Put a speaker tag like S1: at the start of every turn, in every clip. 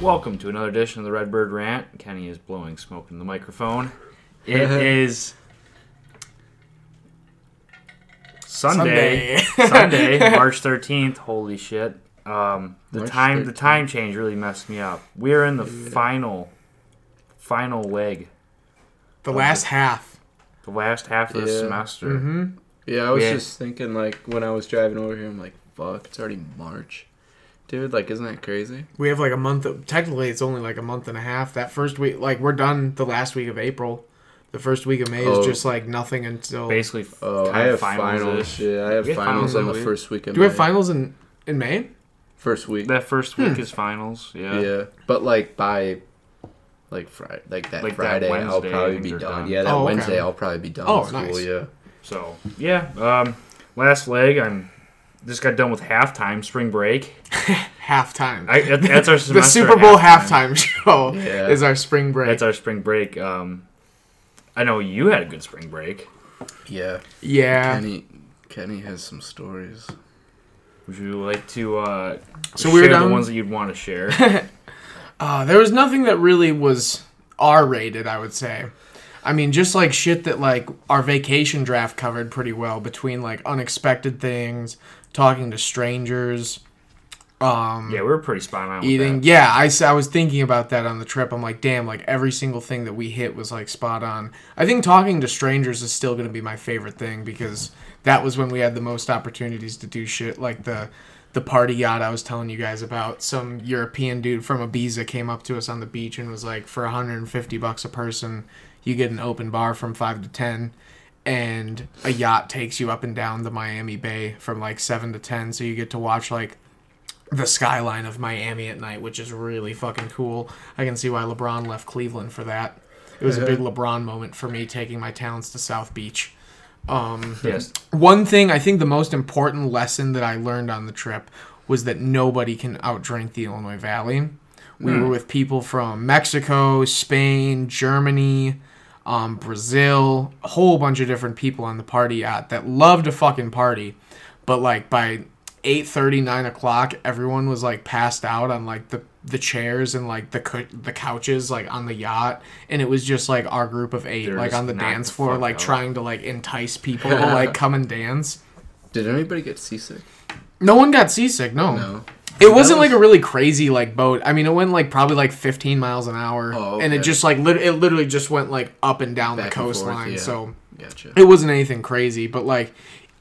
S1: Welcome to another edition of the Redbird Rant. Kenny is blowing smoke in the microphone. It is Sunday, Sunday, March thirteenth. Holy shit! Um, the
S2: March
S1: time, the time change really messed me up. We're in the final, final leg,
S3: The last half.
S1: the last half of the
S2: Yeah. Mm-hmm.
S1: semester.
S2: Yeah, I was
S1: Yeah.
S2: just thinking like when I was driving over here, I'm like, fuck, it's already March, dude. Like, isn't that crazy?
S3: We have like a month. Of, technically, it's only like a month and a half. That first week, like we're done the last week of April. The first week of May
S2: Oh.
S3: is just like nothing until.
S1: Basically, f-
S2: Oh,
S1: kind
S2: I
S1: of
S2: have finals.
S1: finals-ish.
S2: Yeah, I have
S1: We have finals
S2: finals on
S1: that
S2: the
S1: week.
S2: first week of.
S3: Do we have
S2: May.
S3: finals in in May?
S2: First week.
S1: That first week is finals. Yeah.
S2: Hmm.
S3: uh,
S2: yeah, but like by, like Friday, like that
S1: Like that
S2: Friday, I'll
S1: Wednesday,
S2: probably
S1: things
S2: be
S1: are
S2: done.
S1: done.
S2: Yeah, that
S3: Oh, okay.
S2: Wednesday, I'll probably be done.
S3: Oh,
S2: with school,
S3: nice.
S2: Yeah.
S1: So yeah. Um, last leg. I'm just got done with halftime, spring break.
S3: Halftime.
S1: I, that- that's our
S3: the
S1: semester
S3: Super Bowl halftime, show
S2: Yeah.
S3: is our spring break.
S1: That's our spring break. Um, I know you had a good spring break.
S2: Yeah.
S3: yeah.
S2: Kenny, Kenny has some stories.
S1: Would you like to uh,
S3: So
S1: share
S3: we were
S1: the
S3: down-
S1: ones that you'd want to share?
S3: Uh, there was nothing that really was R rated, I would say. I mean, just like shit that like our vacation draft covered pretty well between like unexpected things, talking to strangers, um,
S1: yeah, we were pretty spot on. With
S3: eating.
S1: that.
S3: Yeah, I, s- I was thinking about that on the trip. I'm like, damn, like every single thing that we hit was like spot on. I think talking to strangers is still going to be my favorite thing because that was when we had the most opportunities to do shit like the the party yacht I was telling you guys about. Some European dude from Ibiza came up to us on the beach and was like, for 150 bucks a person, you get an open bar from 5 to 10 and a yacht takes you up and down the Miami Bay from like 7 to 10 so you get to watch like the skyline of Miami at night, which is really fucking cool. I can see why LeBron left Cleveland for that. It was a big LeBron moment for me taking my talents to South Beach. Um,
S1: Yes.
S3: one thing I think the most important lesson that I learned on the trip was that nobody can outdrink the Illinois Valley. We
S1: Hmm.
S3: were with people from Mexico, Spain, Germany, um, Brazil, a whole bunch of different people on the party yacht that loved to fucking party, but like by 8:30, 9 o'clock, everyone was like passed out on like the the chairs and like the cou- the couches like on the yacht, and it was just like our group of 8
S1: They're
S3: like
S1: just
S3: on the
S1: knocked
S3: dance
S1: the
S3: floor
S1: fuck
S3: like
S1: out.
S3: trying trying to like entice people to like come and dance.
S2: Did anybody get seasick?
S3: No one got seasick. No,
S2: No.
S3: it wasn't like a really crazy like boat. I mean, it went like probably like 15 miles an hour,
S2: Oh,
S3: and it
S2: okay.
S3: just like lit- it literally just went like up and down the
S2: Back and forth,
S3: coastline.
S2: yeah.
S3: So
S2: Gotcha.
S3: it wasn't anything crazy, but like.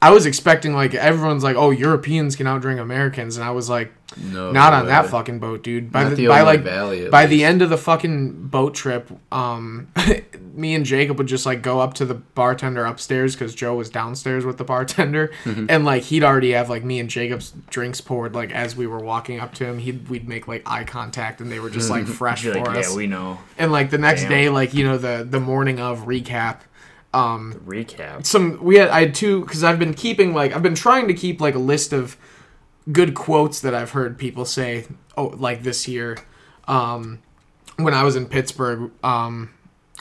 S3: I was expecting like everyone's like, oh, Europeans can outdrink Americans, and I was like,
S2: No.
S3: not on that
S2: way.
S3: fucking boat, dude. By
S2: Not
S3: the,
S2: the
S3: by
S2: Illinois
S3: like
S2: Valley, at
S3: by the
S2: least.
S3: end of the fucking boat trip, um, me and Jacob would just like go up to the bartender upstairs because Joe was downstairs with the bartender,
S1: Mm-hmm.
S3: and like he'd already have like me and Jacob's drinks poured like as we were walking up to him, he'd we'd make like eye contact and they were just like fresh
S1: You're
S3: for
S1: like,
S3: us,
S1: yeah, we know.
S3: and like the next
S1: Damn.
S3: day, like you know the the morning of recap, um,
S1: Recap.
S3: some we had I had two because I've been keeping like I've been trying to keep like a list of good quotes that I've heard people say oh like this year um when I was in Pittsburgh um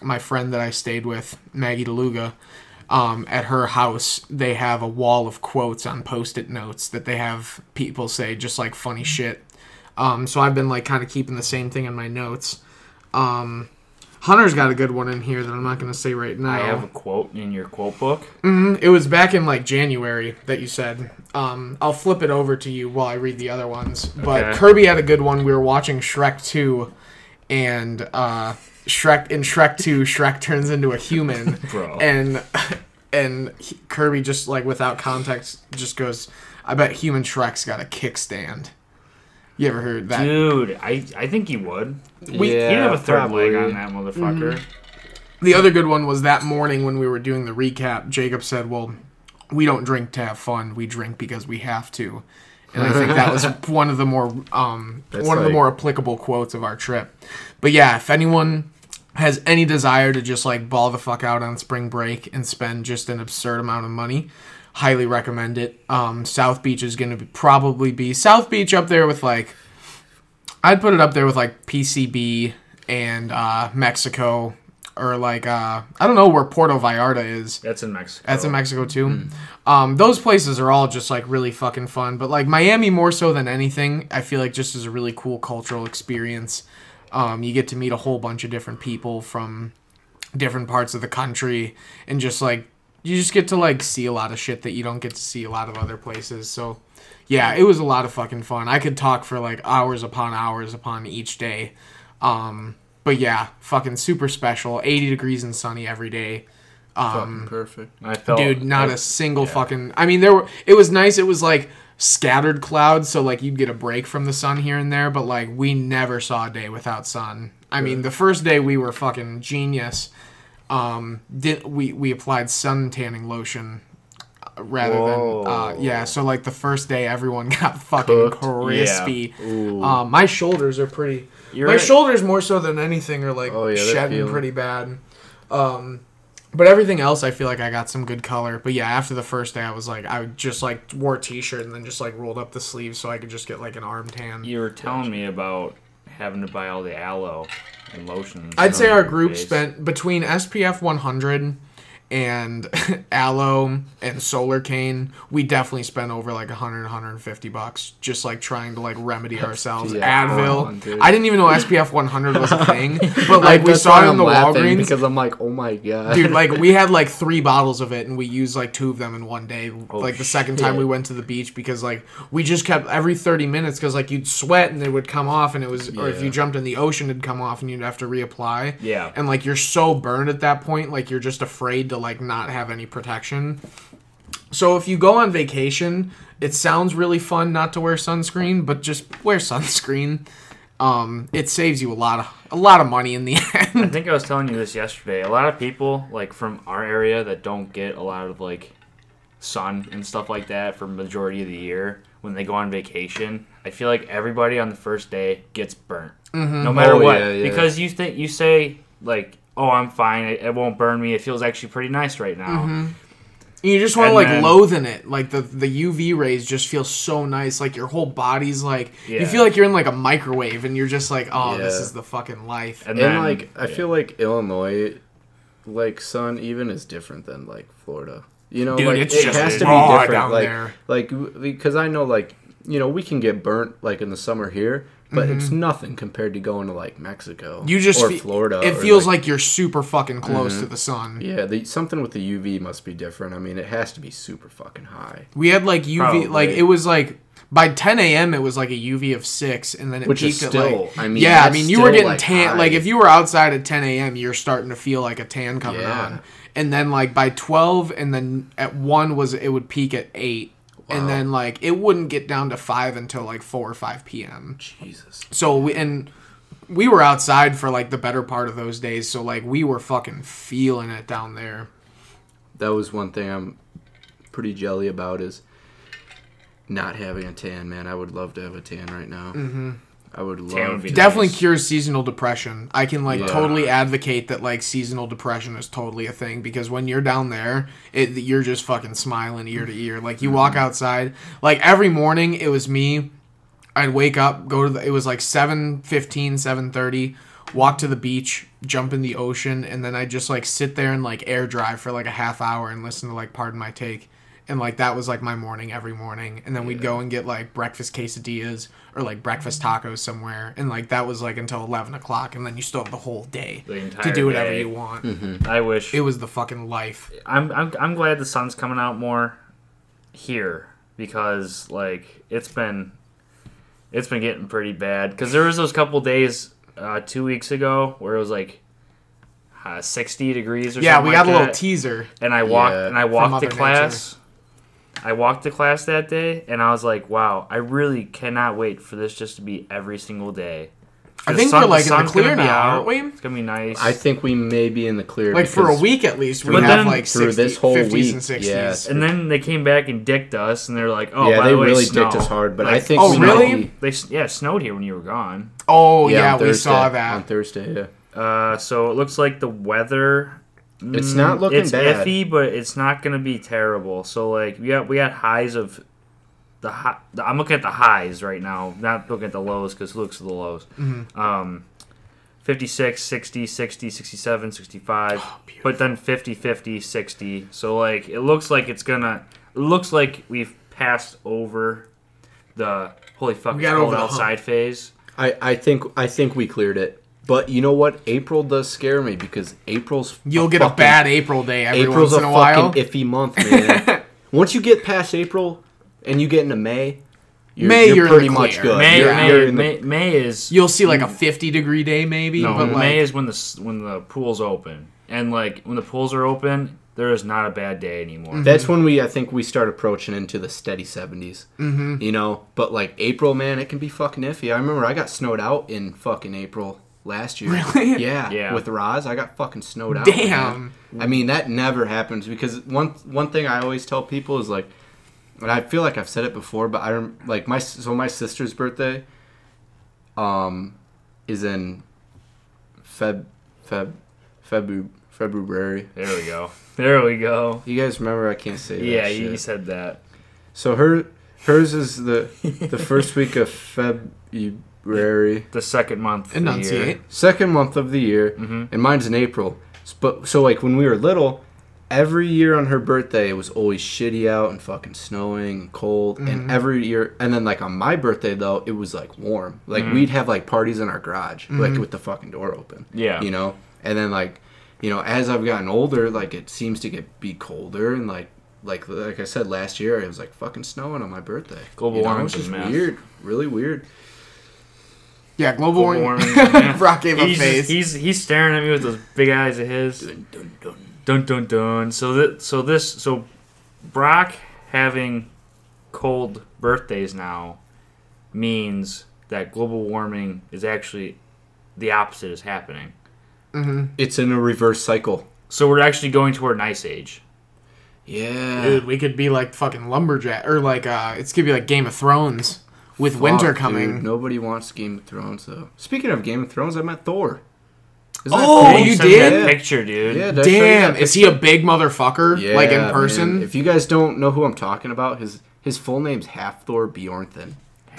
S3: my friend that I stayed with Maggie DeLuga um at her house they have a wall of quotes on post-it notes that they have people say just like funny shit um so I've been like kind of keeping the same thing in my notes um Hunter's got a good one in here that I'm not going to say right now.
S1: I have a quote in your quote book.
S3: It was back in like January that you said. Um, I'll flip it over to you while I read the other ones. But
S1: Okay.
S3: Kirby had a good one. We were watching Shrek 2, and uh, Shrek in Shrek 2, Shrek turns into a human,
S1: Bro.
S3: and and he- Kirby just like without context just goes, "I bet human Shrek's got a kickstand." You ever heard that?
S1: Dude, I, I think he would.
S3: we-
S1: He'd have a third
S2: probably.
S1: leg on that motherfucker.
S3: Mm-hmm. The other good one was that morning when we were doing the recap, Jacob said, Well, we don't drink to have fun, we drink because we have to. And I think that was one of the more um,
S2: That's
S3: one of the
S2: like-
S3: more applicable quotes of our trip. But yeah, if anyone has any desire to just like ball the fuck out on spring break and spend just an absurd amount of money, highly recommend it. Um, South Beach is going to be, probably be South Beach up there with like I'd put it up there with like PCB and uh, Mexico or like uh, I don't know where Puerto Vallarta is.
S1: That's in Mexico.
S3: That's in Mexico too. Um, those places are all just like really fucking fun, but like Miami more so than anything, I feel like just is a really cool cultural experience. Um, you get to meet a whole bunch of different people from different parts of the country, and just like you just get to like see a lot of shit that you don't get to see a lot of other places. So yeah, it was a lot of fucking fun. I could talk for like hours upon hours upon each day. Um, but yeah, fucking super special. 80 degrees and sunny every day. um,
S2: Fucking perfect.
S1: I felt
S3: Dude, not
S1: I-
S3: a single fucking. I mean, there were. It was nice. It was like scattered clouds, so like you'd get a break from the sun here and there. But like we never saw a day without sun. I mean, the first day we were fucking genius. Um, did we we applied sun tanning lotion uh, rather than uh,
S1: Whoa.
S3: yeah. So like the first day, everyone got fucking
S1: Cooked?
S3: crispy.
S1: Yeah. Ooh.
S3: Um, my shoulders are pretty.
S1: You're
S3: my
S1: right.
S3: shoulders more so than anything are like
S2: Oh, yeah, they're
S3: shedding
S2: peeling.
S3: pretty bad. Um, but everything else, I feel like I got some good color. But yeah, after the first day, I was like, I just like wore a t-shirt and then just like rolled up the sleeves so I could just get like an arm tan.
S1: you were telling me about having to buy all the aloe and lotions.
S3: I'd say
S1: on
S3: our
S1: your
S3: group
S1: face.
S3: spent between SPF 100 and aloe and solar cane we definitely spent over like 100 150 bucks just like trying to like remedy ourselves
S2: Yeah,
S3: advil
S2: on, dude.
S3: i didn't even know spf 100 was a thing but like we saw it in the walgreens
S2: because I'm like, oh my god,
S3: dude like we had like three bottles of it and we used like two of them in one day like the second time
S2: Oh, shit.
S3: we went to the beach because like we just kept every 30 minutes because like you'd sweat and they would come off and it was or if
S2: Yeah.
S3: you jumped in the ocean it'd come off and you'd have to reapply
S1: Yeah.
S3: and like you're so burned at that point like you're just afraid to like not have any protection so if you go on vacation it sounds really fun not to wear sunscreen but just wear sunscreen um, it saves you a lot of a lot of money in the end
S1: I think I was telling you this yesterday. A lot of people, like from our area, that don't get a lot of like sun and stuff like that for majority of the year when they go on vacation. I feel like everybody on the first day gets burnt, no matter
S2: Oh,
S1: what,
S2: yeah, yeah.
S1: because you think you say like, "Oh, I'm fine. It, it won't burn me. It feels actually pretty nice right now."
S3: You just want to
S1: And
S3: like
S1: then-
S3: loathe in it. Like the the UV rays just feel so nice. Like your whole body's like you
S1: Yeah.
S3: feel like you're in like a microwave, and you're just like, oh, this
S2: Yeah.
S3: is the fucking life.
S1: And,
S2: and
S1: then
S2: like I
S1: yeah.
S2: feel like Illinois, like sun even is different than like Florida. You know,
S3: Dude,
S2: like
S3: it's
S2: it
S1: just
S2: has to be
S3: raw
S2: different.
S3: down
S2: like,
S3: there.
S2: like w- because I know like you know we can get burnt like in the summer here, but it's nothing compared to going to like Mexico.
S3: Mm-hmm. You just
S2: or
S3: fe-
S2: Florida.
S3: It
S2: or,
S3: feels like, you're super fucking close to the sun.
S2: yeah, the, something with the UV must be different. I mean, it has to be super fucking high,
S3: We had like UV, like
S1: Probably.
S3: it was like by 10 a.m. it was like a UV of six, and then it
S2: which is
S3: peaked
S2: still.
S3: at like.
S2: I mean,
S3: yeah, I
S2: that's
S3: mean, you were
S2: still,
S3: getting
S2: like,
S3: tan.
S2: high.
S3: Like, if you were outside at 10 a.m., you're starting to feel like a tan coming
S2: Yeah.
S3: on. And then, like, by 12, and then at 1 was it would peak at 8. And then, like, it wouldn't get down to 5 until, like, 4 or 5 p.m.
S2: Jesus.
S3: So, we, and we were outside for, like, the better part of those days. So, like, we were fucking feeling it down there.
S2: that was one thing I'm pretty jelly about is not having a tan, man. I would love to have a tan right now. Mm-hmm. I would love
S1: would be
S2: to.
S1: nice.
S3: Definitely cures seasonal depression. I can like
S2: Yeah.
S3: totally advocate that like seasonal depression is totally a thing because when you're down there, it you're just fucking smiling ear to ear. Like you walk outside, like every morning it was me. I'd wake up, go to the it was like 7:15, 7:30, walk to the beach, jump in the ocean and then I just like sit there and like air dry for like a half hour and listen to like Pardon My Take. And like that was like my morning every morning, and then we'd go and get like breakfast quesadillas or like breakfast tacos somewhere, and like that was like until eleven o'clock, and then you still have the whole day
S1: The
S3: to
S1: entire
S3: do whatever
S1: day. Mm-hmm.
S3: you want.
S1: I wish
S3: It was the fucking life.
S1: I'm, I'm I'm glad the sun's coming out more here because like it's been it's been getting pretty bad because there was those couple days uh, two weeks ago where it was like uh, 60 degrees or
S3: Yeah,
S1: something
S3: we
S1: like
S3: got a little
S1: that.
S3: teaser.
S1: and I walked
S2: Yeah.
S1: and I
S2: From
S1: walked to
S3: Mother
S1: class. I walked to class that day and I was like, wow, I really cannot wait for this just to be every single day.
S3: I think we're, like, in the
S1: sun's gonna
S3: clear
S1: be
S3: now,
S1: out.
S3: aren't we?
S1: It's gonna be nice.
S2: I think we may be in the clear.
S3: Like for a
S2: because
S3: week at least, we
S1: But
S3: have
S1: then
S3: like 60,
S2: through this whole
S3: 50s
S2: week,
S3: and 60s.
S2: yes.
S1: and then they came back and dicked us, and they're like, "Oh,
S2: Yeah,
S1: by
S2: they
S1: the way,
S2: really
S1: snow.
S2: dicked us hard, but I
S1: Like,
S2: think
S3: Oh,
S2: we might
S3: really?
S2: be-
S1: They s- yeah, it snowed here when you were gone.
S3: Oh
S2: on
S3: yeah, we
S2: Thursday-
S3: saw
S2: on
S3: that.
S2: Thursday. Yeah,
S1: Uh, so it looks like the weather.
S2: It's not
S1: mm,
S2: looking
S1: it's
S2: bad.
S1: iffy, but it's not gonna be terrible. So like we got we got highs of the high. The,
S3: Mm-hmm.
S1: I'm looking at the highs right now, not looking at the lows because looks at the lows. Um, 56, 60, 60, 67, 65,
S3: Oh,
S1: but then 50, 50, 60. So like it looks like it's gonna it looks like we've passed over the holy fuck
S3: We
S1: it's
S3: got
S1: cold
S3: over the hump.
S1: outside phase.
S2: I, I think I think we cleared it. But you know what? April does scare me because April's
S3: You'll get a
S2: fucking-
S3: bad April day every
S2: April's
S3: once
S2: a
S3: in a, while.
S2: fucking iffy month, man. Once you get past April and you get into May, you're,
S3: May,
S2: you're
S3: you're in the
S2: pretty much
S3: clear.
S2: good.
S1: May
S2: You're-
S1: May,
S2: you're in the-
S1: May, May is
S3: You'll see
S2: Mm.
S3: like a 50 degree day maybe,
S1: no,
S3: but like
S1: May is when the s- when the pools open. And like when the pools are open, there is not a bad day anymore.
S2: That's when we I think we start approaching into the steady 70s. Mm-hmm. You know, but like April, man, it can be fucking iffy. I remember I got snowed out in fucking April last year.
S3: Really?
S2: Yeah.
S1: Yeah.
S2: With Roz, I got fucking snowed out.
S3: Damn.
S2: man. I mean, that never happens because one one thing I always tell people is like and I feel like I've said it before, but I rem- like my so my sister's birthday um is in Feb Feb February February.
S1: There we go. There we go.
S2: You guys remember I can't say that
S1: Yeah,
S2: shit.
S1: you said that.
S2: So her hers is the the first week of February,
S1: The second month of the year.
S3: enunciate.
S2: second month of the year,
S1: Mm-hmm.
S2: and mine's in April. S- But so like when we were little, every year on her birthday it was always shitty out and fucking snowing and cold.
S1: Mm-hmm.
S2: And every year, and then like on my birthday though, it was like warm. Like
S1: Mm-hmm.
S2: we'd have like parties in our garage, like with the fucking door open.
S1: Yeah.
S2: you know. And then like, you know, as I've gotten older, like it seems to get be colder and like. Like like I said last year, it was like fucking snowing on my birthday.
S1: Global
S2: you know,
S1: warming's
S2: It was
S1: a
S2: just
S1: mess.
S2: weird, really weird.
S3: Yeah, global
S1: Global
S3: warming.
S1: warming, yeah.
S3: Rock gave a
S1: he's,
S3: face.
S1: he's he's staring at me with those big eyes of his. Dun dun dun. So that so this so Brock having cold birthdays now means that global warming is actually the opposite is happening.
S2: It's in a reverse cycle.
S1: So we're actually going toward an ice age.
S2: Yeah.
S3: Dude, we could be like fucking lumberjack or like uh it's gonna be like Game of Thrones with winter
S2: Fuck,
S3: coming.
S2: dude. Nobody wants Game of Thrones though. Speaking of Game of Thrones, I met Thor. Isn't that
S3: Oh,
S2: cool?
S3: you
S1: sent me
S3: did?
S1: that picture, dude.
S2: Yeah, did I show you
S3: Damn,
S2: that
S3: is he a big motherfucker?
S2: picture?
S3: like in
S2: Yeah,
S3: person?
S2: man. If you guys don't know who I'm talking about, his his full name's Half Thor Bjornson.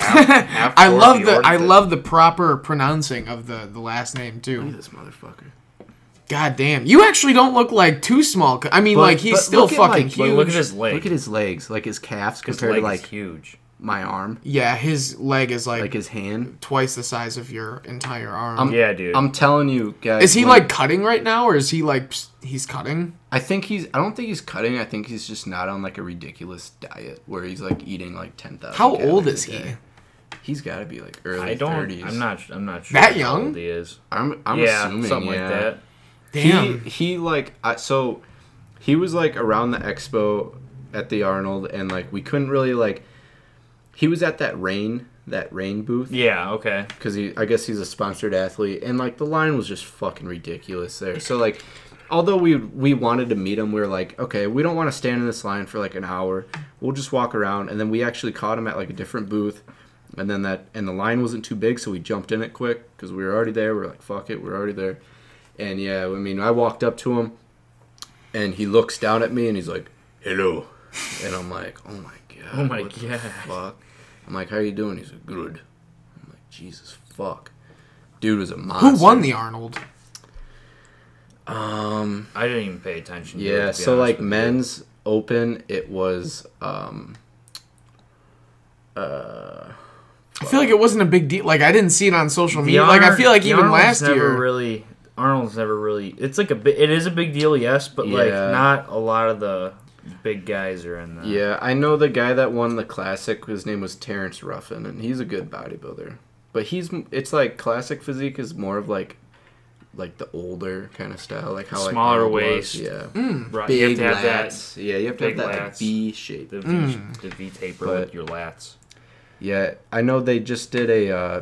S3: I love the I love the proper pronouncing of the the last name too.
S2: this motherfucker.
S3: God damn, you actually don't look like too small. c- I mean,
S2: But-
S3: like he's
S2: but
S3: still
S2: look at,
S3: fucking
S2: like,
S1: But
S3: huge.
S1: look at his leg.
S2: Look at his legs, like his calves
S1: His leg
S2: compared to like
S1: is huge.
S2: my arm,
S3: yeah, his leg is like,
S2: like his hand.
S3: twice the size of your entire arm.
S1: Yeah, dude.
S2: I'm telling you, guys.
S3: is he
S2: when-
S3: like cutting right now, or is he like s- he's cutting?
S2: I think he's. I don't think he's cutting. I think he's just not on like a ridiculous diet where he's like eating like ten thousand.
S3: How old is he?
S2: He's got to be like early.
S1: I don't.
S2: 30s.
S1: I'm not. I'm not sure.
S3: That
S1: how
S3: young?
S1: old He is.
S2: I'm. I'm
S1: yeah,
S2: assuming
S1: something
S2: yeah.
S1: like that.
S3: Damn,
S2: He he like I, so he was like around the expo at the Arnold and like we couldn't really like he was at that rain that rain booth
S1: Yeah. Okay.
S2: because he I guess he's a sponsored athlete and like the line was just fucking ridiculous there. So like although we we wanted to meet him, we were like, okay, we don't want to stand in this line for like an hour. We'll just walk around and then we actually caught him at like a different booth. And then that and the line wasn't too big, so we jumped in it quick because we were already there. We are like, fuck it, we're already there. And yeah, I mean, I walked up to him and he looks down at me and he's like, "Hello," and I'm like, "Oh my god,
S1: Oh my
S2: what the
S1: God.
S2: fuck." I'm like, "How you doing?" He's like, "Good." I'm like, "Jesus fuck." Dude was a monster.
S3: who won the Arnold?
S2: Um,
S1: I didn't even pay attention. to it, to
S2: yeah.
S1: be
S2: So
S1: honest
S2: like
S1: with you.
S2: men's open, it was um,
S3: I feel like it wasn't a big deal. Like I didn't see it on social
S1: The
S3: media. like I
S1: Arnold-
S3: feel like
S1: the
S3: even
S1: Arnold's
S3: last
S1: never
S3: year,
S1: really Arnold's never really. It's like a bi- it is a big deal, yes, but like
S2: Yeah.
S1: not a lot of the big guys are in that.
S2: yeah. I know the guy that won the classic. His name was Terrence Ruffin, and he's a good bodybuilder. But he's m- it's like classic physique is more of like like the older kind of style, like how like
S1: Smaller
S2: Arnold was,
S1: waist.
S2: yeah.
S1: Right, you have
S2: Mm. big
S1: to have
S2: lats. Yeah, you have to have
S1: big
S2: that like,
S1: lats.
S2: V shape.
S1: that the V, the v taper
S2: But-
S1: with your lats.
S2: Yeah, I know they just did a uh,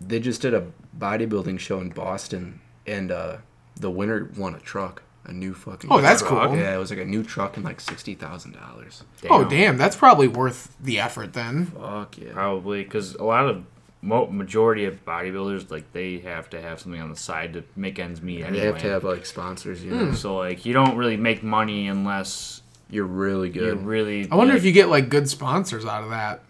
S2: they just did a bodybuilding show in Boston, and uh, the winner won a truck, a new fucking.
S3: Oh, that's
S2: truck.
S3: cool.
S2: Yeah, it was like a new truck and like sixty thousand dollars.
S3: oh damn, that's probably worth the effort then.
S2: Fuck yeah.
S1: Probably because a lot of mo- majority of bodybuilders like they have to have something on the side to make ends meet.
S2: And
S1: Anyway.
S2: you have to have like sponsors.
S3: Hmm.
S2: You know,
S1: So like you don't really make money unless
S2: you're really good.
S1: you really.
S3: I wonder
S1: like,
S3: if you get like good sponsors out of that.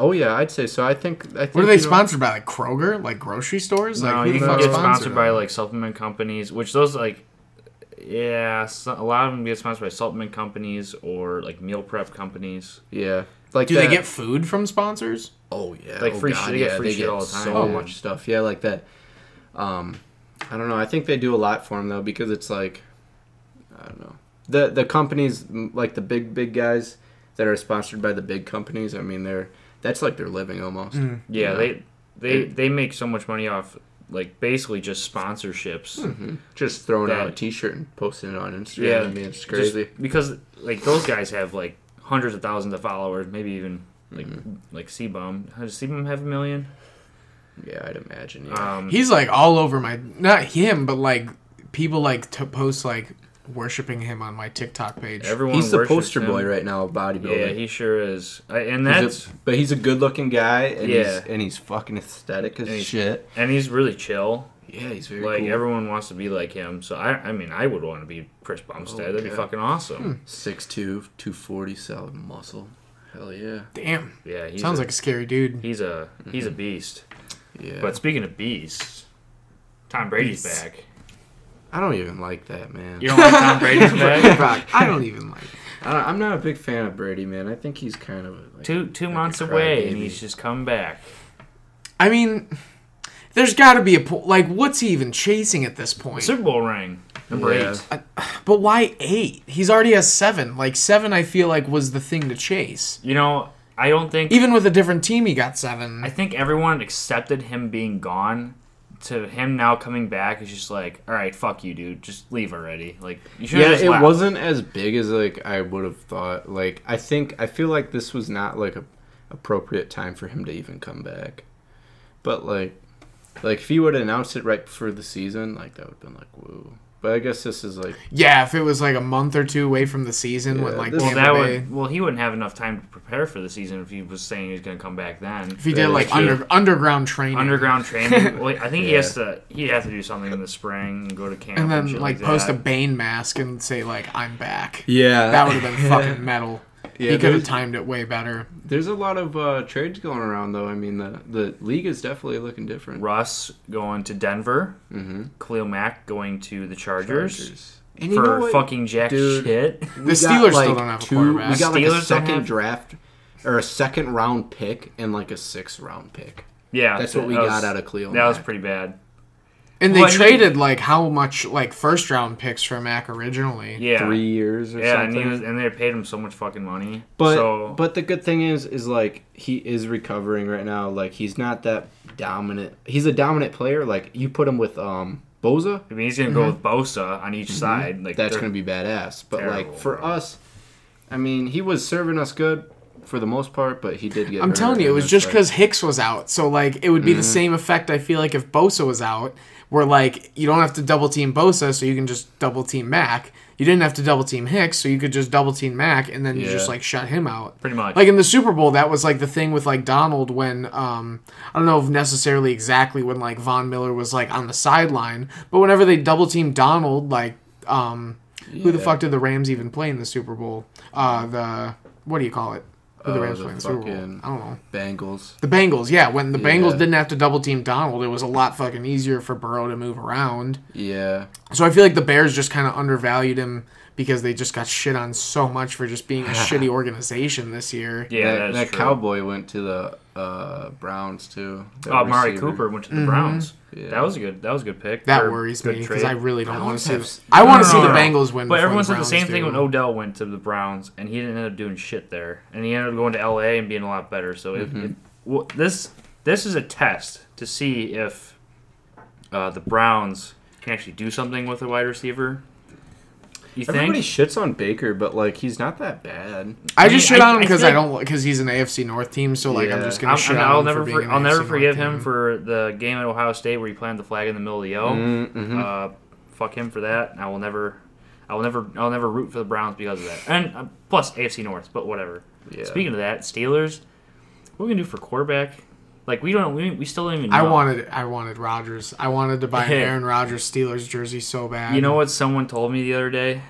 S2: Oh yeah, I'd say so. I think. I think
S3: What are they
S2: you know-
S3: sponsored by? Like Kroger, like grocery stores? Like
S1: no,
S3: who
S1: you
S3: the
S1: can
S3: fuck
S1: get
S3: sponsored
S1: sponsored by
S3: them?
S1: like supplement companies, which those like, yeah, so, a lot of them get sponsored by supplement companies or like meal prep companies.
S2: Yeah. Like
S3: Do
S2: that,
S3: they get food from sponsors?
S2: Oh yeah,
S1: Like,
S2: oh,
S1: free shit- they get free
S2: they
S1: shit
S2: get
S1: all the time,
S2: So
S1: dude.
S2: much stuff. Yeah, like that. Um, I don't know. I think they do a lot for them though because it's like, I don't know. The the companies m- like the big big guys that are sponsored by the big companies. I mean, they're that's like their living almost.
S1: Yeah,
S2: Yeah.
S1: they they they make so much money off like basically just sponsorships.
S2: Hmm. Just throwing out a
S1: That-
S2: T-shirt and posting it on Instagram.
S1: Yeah,
S2: I mean, it's
S1: just
S2: crazy.
S1: because like those guys have like hundreds of thousands of followers, maybe even like
S2: Mm-hmm.
S1: like Sebum. How does Sebum have a million?
S2: yeah, I'd imagine. Yeah.
S1: Um,
S3: He's like all over my not him, but like people like to post like worshiping him on my TikTok page.
S1: everyone
S2: He's the
S1: worships
S2: poster boy
S1: him.
S2: right now of bodybuilding.
S1: Yeah, he sure is. I, and
S2: He's a-
S1: that's
S2: but he's a good-looking guy, and he's
S1: Yeah.
S2: and he's fucking aesthetic as
S1: And he's-
S2: shit.
S1: and he's really chill.
S2: Yeah, he's very
S1: Like
S2: cool.
S1: everyone wants to be like him, so I, I mean, I would want to be Chris Bumstead. That'd be
S2: Okay. Hmm.
S1: fucking awesome.
S2: 6'2", 240, solid muscle. Hell yeah.
S3: Damn,
S1: Yeah, he's
S3: sounds
S1: a,
S3: like a scary dude.
S1: he's a he's a beast.
S2: Mm-hmm. Yeah.
S1: But speaking of beasts, Tom Brady's
S3: Beasts.
S1: back.
S2: I don't even like that, man.
S1: You don't like Tom Brady's back?
S3: Fuck, I don't even like.
S2: I don't, I'm not a big fan of Brady, man. I think he's kind of a, like,
S1: Two two
S2: like a
S1: months away, and
S2: crybaby.
S1: he's just come back.
S3: I mean, there's got to be a po- like. What's he even chasing at this point?
S1: Super Bowl ring number
S2: Yeah.
S1: eight.
S3: But why eight? He's already has seven. Like seven, I feel like was the thing to chase.
S1: You know, I don't think
S3: Even with a different team, he got seven.
S1: I think everyone accepted him being gone. To him now coming back is just like, all right, fuck you, dude. Just leave already. Like you should.
S2: Yeah,
S1: just
S2: it
S1: left.
S2: wasn't as big as like I would have thought. Like I think I feel like this was not like a appropriate time for him to even come back. But like, like if he would have announced it right before the season, like that would have been like whoa. But I guess this is like
S3: yeah, if it was like a month or two away from the season, when
S2: Yeah,
S3: like
S2: this-
S1: Well,
S3: Tampa
S1: that
S3: Bay,
S1: would. Well, he wouldn't have enough time to prepare for the season if he was saying he's going to come back then.
S3: if he did
S2: Yeah,
S3: like
S2: that's true.
S3: under underground training,
S1: Underground training. Well, I think he
S2: Yeah.
S1: has to. He has to do something in the spring and go to camp and,
S3: and then
S1: shit
S3: like
S1: like,
S3: post a
S1: that.
S3: Bane mask and say like I'm back.
S2: yeah,
S3: That would have been fucking metal.
S2: Yeah,
S3: he could have
S2: there's-
S3: timed it way better.
S2: There's a lot of uh, trades going around, though. I mean, the the league is definitely looking different.
S1: Russ going to Denver.
S2: Mm-hmm.
S1: Khalil Mack going to the Chargers,
S2: And you know
S1: for
S2: what?
S1: fucking jack
S2: dude?
S1: shit.
S2: We
S3: The
S2: got,
S3: Steelers still don't have a quarterback.
S2: We got like
S1: Steelers
S2: a
S1: don't
S2: second
S1: have-
S2: draft or a second round pick and like a sixth round pick.
S1: Yeah,
S2: That's what we
S1: that
S2: got
S1: was-
S2: out of Cleo.
S1: That was pretty bad.
S3: And they
S1: Well, I mean-
S3: traded like how much like first round picks for Mac originally.
S1: Yeah,
S2: three years or
S1: yeah, and,
S2: something.
S1: he was, and they paid him so much fucking money.
S2: But
S1: so,
S2: but the good thing is is like he is recovering right now. Like he's not that dominant. He's a dominant player. Like you put him with um Boza,
S1: I mean, he's gonna go with Bosa on each side. Like
S2: Mhm. that's
S1: they're-
S2: gonna be badass. But
S1: terrible,
S2: like for
S1: bro.
S2: us, I mean, he was serving us good for the most part, but he did get.
S3: I'm
S2: hurt,
S3: telling you, it
S2: and
S3: was
S2: it's
S3: just
S2: like- Mm-hmm.
S3: because Hicks was out. So like it would be the same effect I feel like if Bosa was out, where like you don't have to double team Bosa, so you can just double team Mac. You didn't have to double team Hicks, so you could just double team Mac, and then you
S2: Yeah.
S3: just like shut him out.
S1: pretty much.
S3: Like in the Super Bowl, that was like the thing with like Donald when um I don't know if necessarily exactly when like Von Miller was like on the sideline, but whenever they double team Donald, like um who the
S2: Yeah.
S3: fuck did the Rams even play in the Super Bowl? Uh the what do you call it? Who the
S2: Oh,
S3: Rams
S2: the
S3: play in the Super Bowl? I
S2: fucking-
S3: don't know.
S2: Bengals.
S3: The Bengals, yeah. When the
S2: Yeah.
S3: Bengals didn't have to double team Donald, it was a lot fucking easier for Burrow to move around.
S2: Yeah,
S3: So I feel like the Bears just kind of undervalued him because they just got shit on so much for just being a shitty organization this year.
S1: yeah,
S2: that,
S1: that's
S2: that
S1: true.
S2: cowboy went to the uh, Browns too. the
S1: Oh, Mari
S2: receiver. Mhm.
S1: Cooper went to the Browns.
S2: Yeah.
S1: That was a good. That was a good pick.
S3: That
S1: Or
S3: worries
S1: good
S3: me because
S1: trade.
S3: I really don't want
S2: wanna
S3: to see.
S2: have
S3: The,
S2: s-
S3: I want to
S1: No,
S3: see
S1: no, no,
S3: the
S1: no.
S3: Bengals win.
S1: But
S3: before
S1: everyone
S3: the
S1: said the same
S3: Browns
S1: thing
S3: do.
S1: when Odell went to the Browns, and he ended up doing shit there, and he ended up going to L.A. and being a lot better. So if,
S3: Mm-hmm.
S1: if, well, this this is a test to see if uh, the Browns can actually do something with a wide receiver. You
S2: Everybody
S1: think?
S2: shits on Baker, but like he's not that bad.
S1: I
S3: I just
S1: mean,
S3: shit
S1: I-
S3: on him
S1: I
S3: because
S1: feel
S3: I don't because he's an AFC North team, so like I'm
S2: Yeah.
S3: just gonna
S1: I'm,
S3: shit
S1: I'm,
S3: on
S1: I'll
S3: him
S1: never
S3: for
S1: for,
S3: being an
S1: I'll
S3: AFC
S1: never
S3: North
S1: forgive
S3: team.
S1: him for the game at Ohio State where he planted the flag in the middle of the
S3: Mm.
S1: O.
S2: Mm-hmm.
S1: Uh, fuck him for that. I will never, I will never, I'll never root for the Browns because of that. And uh, plus AFC North, but whatever.
S2: Yeah.
S1: Speaking of that, Steelers, what are we gonna do for quarterback? Like we don't, we, we still don't even. Know.
S3: I wanted I wanted Rodgers. I wanted to buy an
S1: Yeah.
S3: Aaron Rodgers Steelers jersey so bad.
S1: You know what someone told me the other day?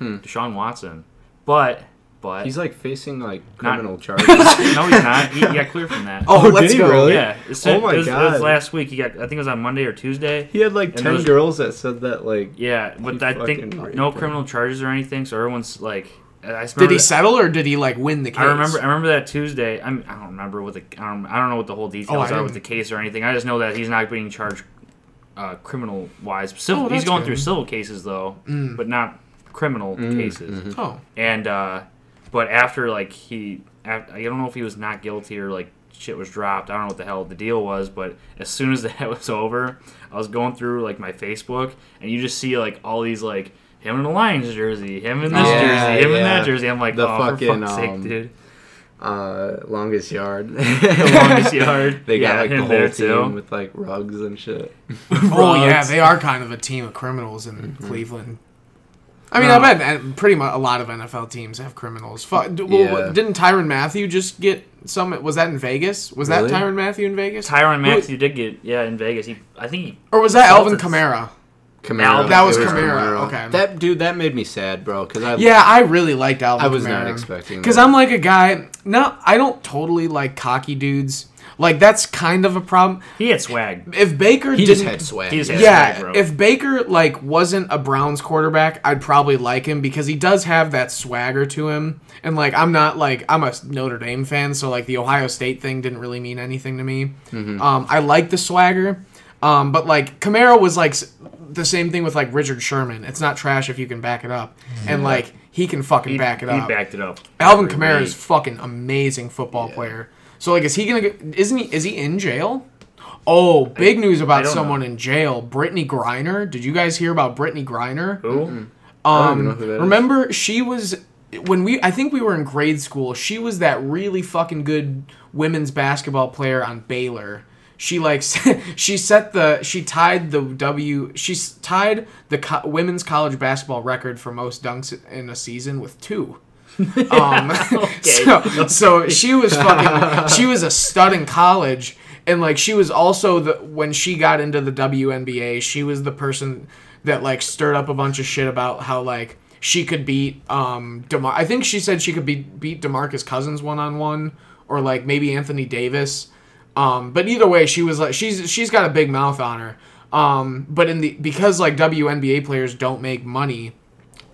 S1: Deshaun Watson, but but
S2: Hmm. He's like facing like
S1: Not- Oh,
S2: criminal charges.
S1: no, he's not. He, he got clear from that.
S2: Oh, did he really?
S1: yeah. It's-
S2: Oh my
S1: it was, It
S2: God.
S1: was last week. He got. I think it was on Monday or Tuesday.
S2: he had like
S1: And
S2: ten
S1: those-
S2: girls that said that like
S1: Yeah, but
S2: He
S1: I think
S2: fucking
S1: no
S2: raped her.
S1: criminal charges or anything. So everyone's like, I I just remember
S3: Did he
S1: that-
S3: settle or did he like win the case?
S1: I remember. I remember that Tuesday. I'm, I don't remember what the. I don't, I don't know what the whole
S3: Oh, I
S1: details are with the
S3: didn't-
S1: case or anything. I just know that he's not being charged uh, criminal wise. Civil.
S3: Oh,
S1: he's
S3: that's
S1: going
S3: good. Mm.
S1: through civil cases though, but not criminal
S2: Mm-hmm.
S1: cases.
S3: Oh,
S1: And uh, but after like he, af I don't know if he was not guilty or like shit was dropped. I don't know what the hell the deal was. But as soon as that was over, I was going through like my Facebook, and you just see like all these like. Him in the Lions jersey, him in this
S2: Yeah,
S1: jersey, him in
S2: yeah.
S1: that jersey. I'm like,
S2: The
S1: oh,
S2: fucking,
S1: for fuck's sake,
S2: um,
S1: dude.
S2: uh longest yard.
S1: the longest yard.
S2: They
S1: yeah,
S2: got like
S1: him
S2: the whole
S1: there,
S2: team
S1: too.
S2: with like rugs and shit.
S3: oh yeah,
S1: Rugs.
S3: they are kind of a team of criminals in
S2: Mm-hmm.
S3: Cleveland. I mean,
S1: No.
S3: I bet uh, pretty much a lot of NFL teams have criminals. Fuck, d- well,
S2: Yeah.
S3: Didn't Tyron Matthew just get some? Was that in Vegas? Was
S2: Really?
S3: that Tyron Matthew in Vegas?
S1: Tyron Matthew did get yeah in Vegas. He I think he,
S3: or was that Alvin
S1: Celtics.
S3: Kamara?
S2: Camaro.
S1: That
S3: was
S2: It
S3: Camaro, okay.
S2: That dude, that made me sad, bro. Because I
S3: Yeah, I really liked Alvin.
S2: I was
S3: Kamara.
S2: not expecting
S3: because
S2: that.
S3: I'm like a guy. No, I don't totally like cocky dudes. Like that's kind of a problem.
S1: he had swag.
S3: If Baker
S2: he
S3: didn't,
S2: just had swag.
S1: He just had
S3: yeah,
S1: swag, bro.
S3: if Baker like wasn't a Browns quarterback, I'd probably like him because he does have that swagger to him. And like I'm not like I'm a Notre Dame fan, so like the Ohio State thing didn't really mean anything to me. Um, I like the swagger, um, but like Camaro was like s- the same thing with like Richard Sherman. It's not trash if you can back it up, and like he can fucking
S1: He,
S3: back it
S1: he
S3: up.
S1: backed it up.
S3: Alvin
S1: Every
S3: Kamara is
S1: week.
S3: fucking amazing football player. So like, is he gonna? Go, isn't he? Is he in jail? Oh, big news
S1: I
S3: about
S1: don't
S3: someone in jail. Brittany Griner. Did you guys hear about Brittany Griner?
S1: Who?
S2: don't even
S3: Um,
S2: know who that is.
S3: remember she was when we. I think we were in grade school. She was that really fucking good women's basketball player on Baylor. She like she set the she tied the W she s- tied the co- women's college basketball record for most dunks in a season with two. Um, so, so she was fucking. she was a stud in college, and like she was also the when she got into the WNBA, she was the person that like stirred up a bunch of shit about how like she could beat um Demar. I think she said she could be beat Demarcus Cousins one on one, or like maybe Anthony Davis. Um, but either way, she was like she's she's got a big mouth on her. Um, but in the because like WNBA players don't make money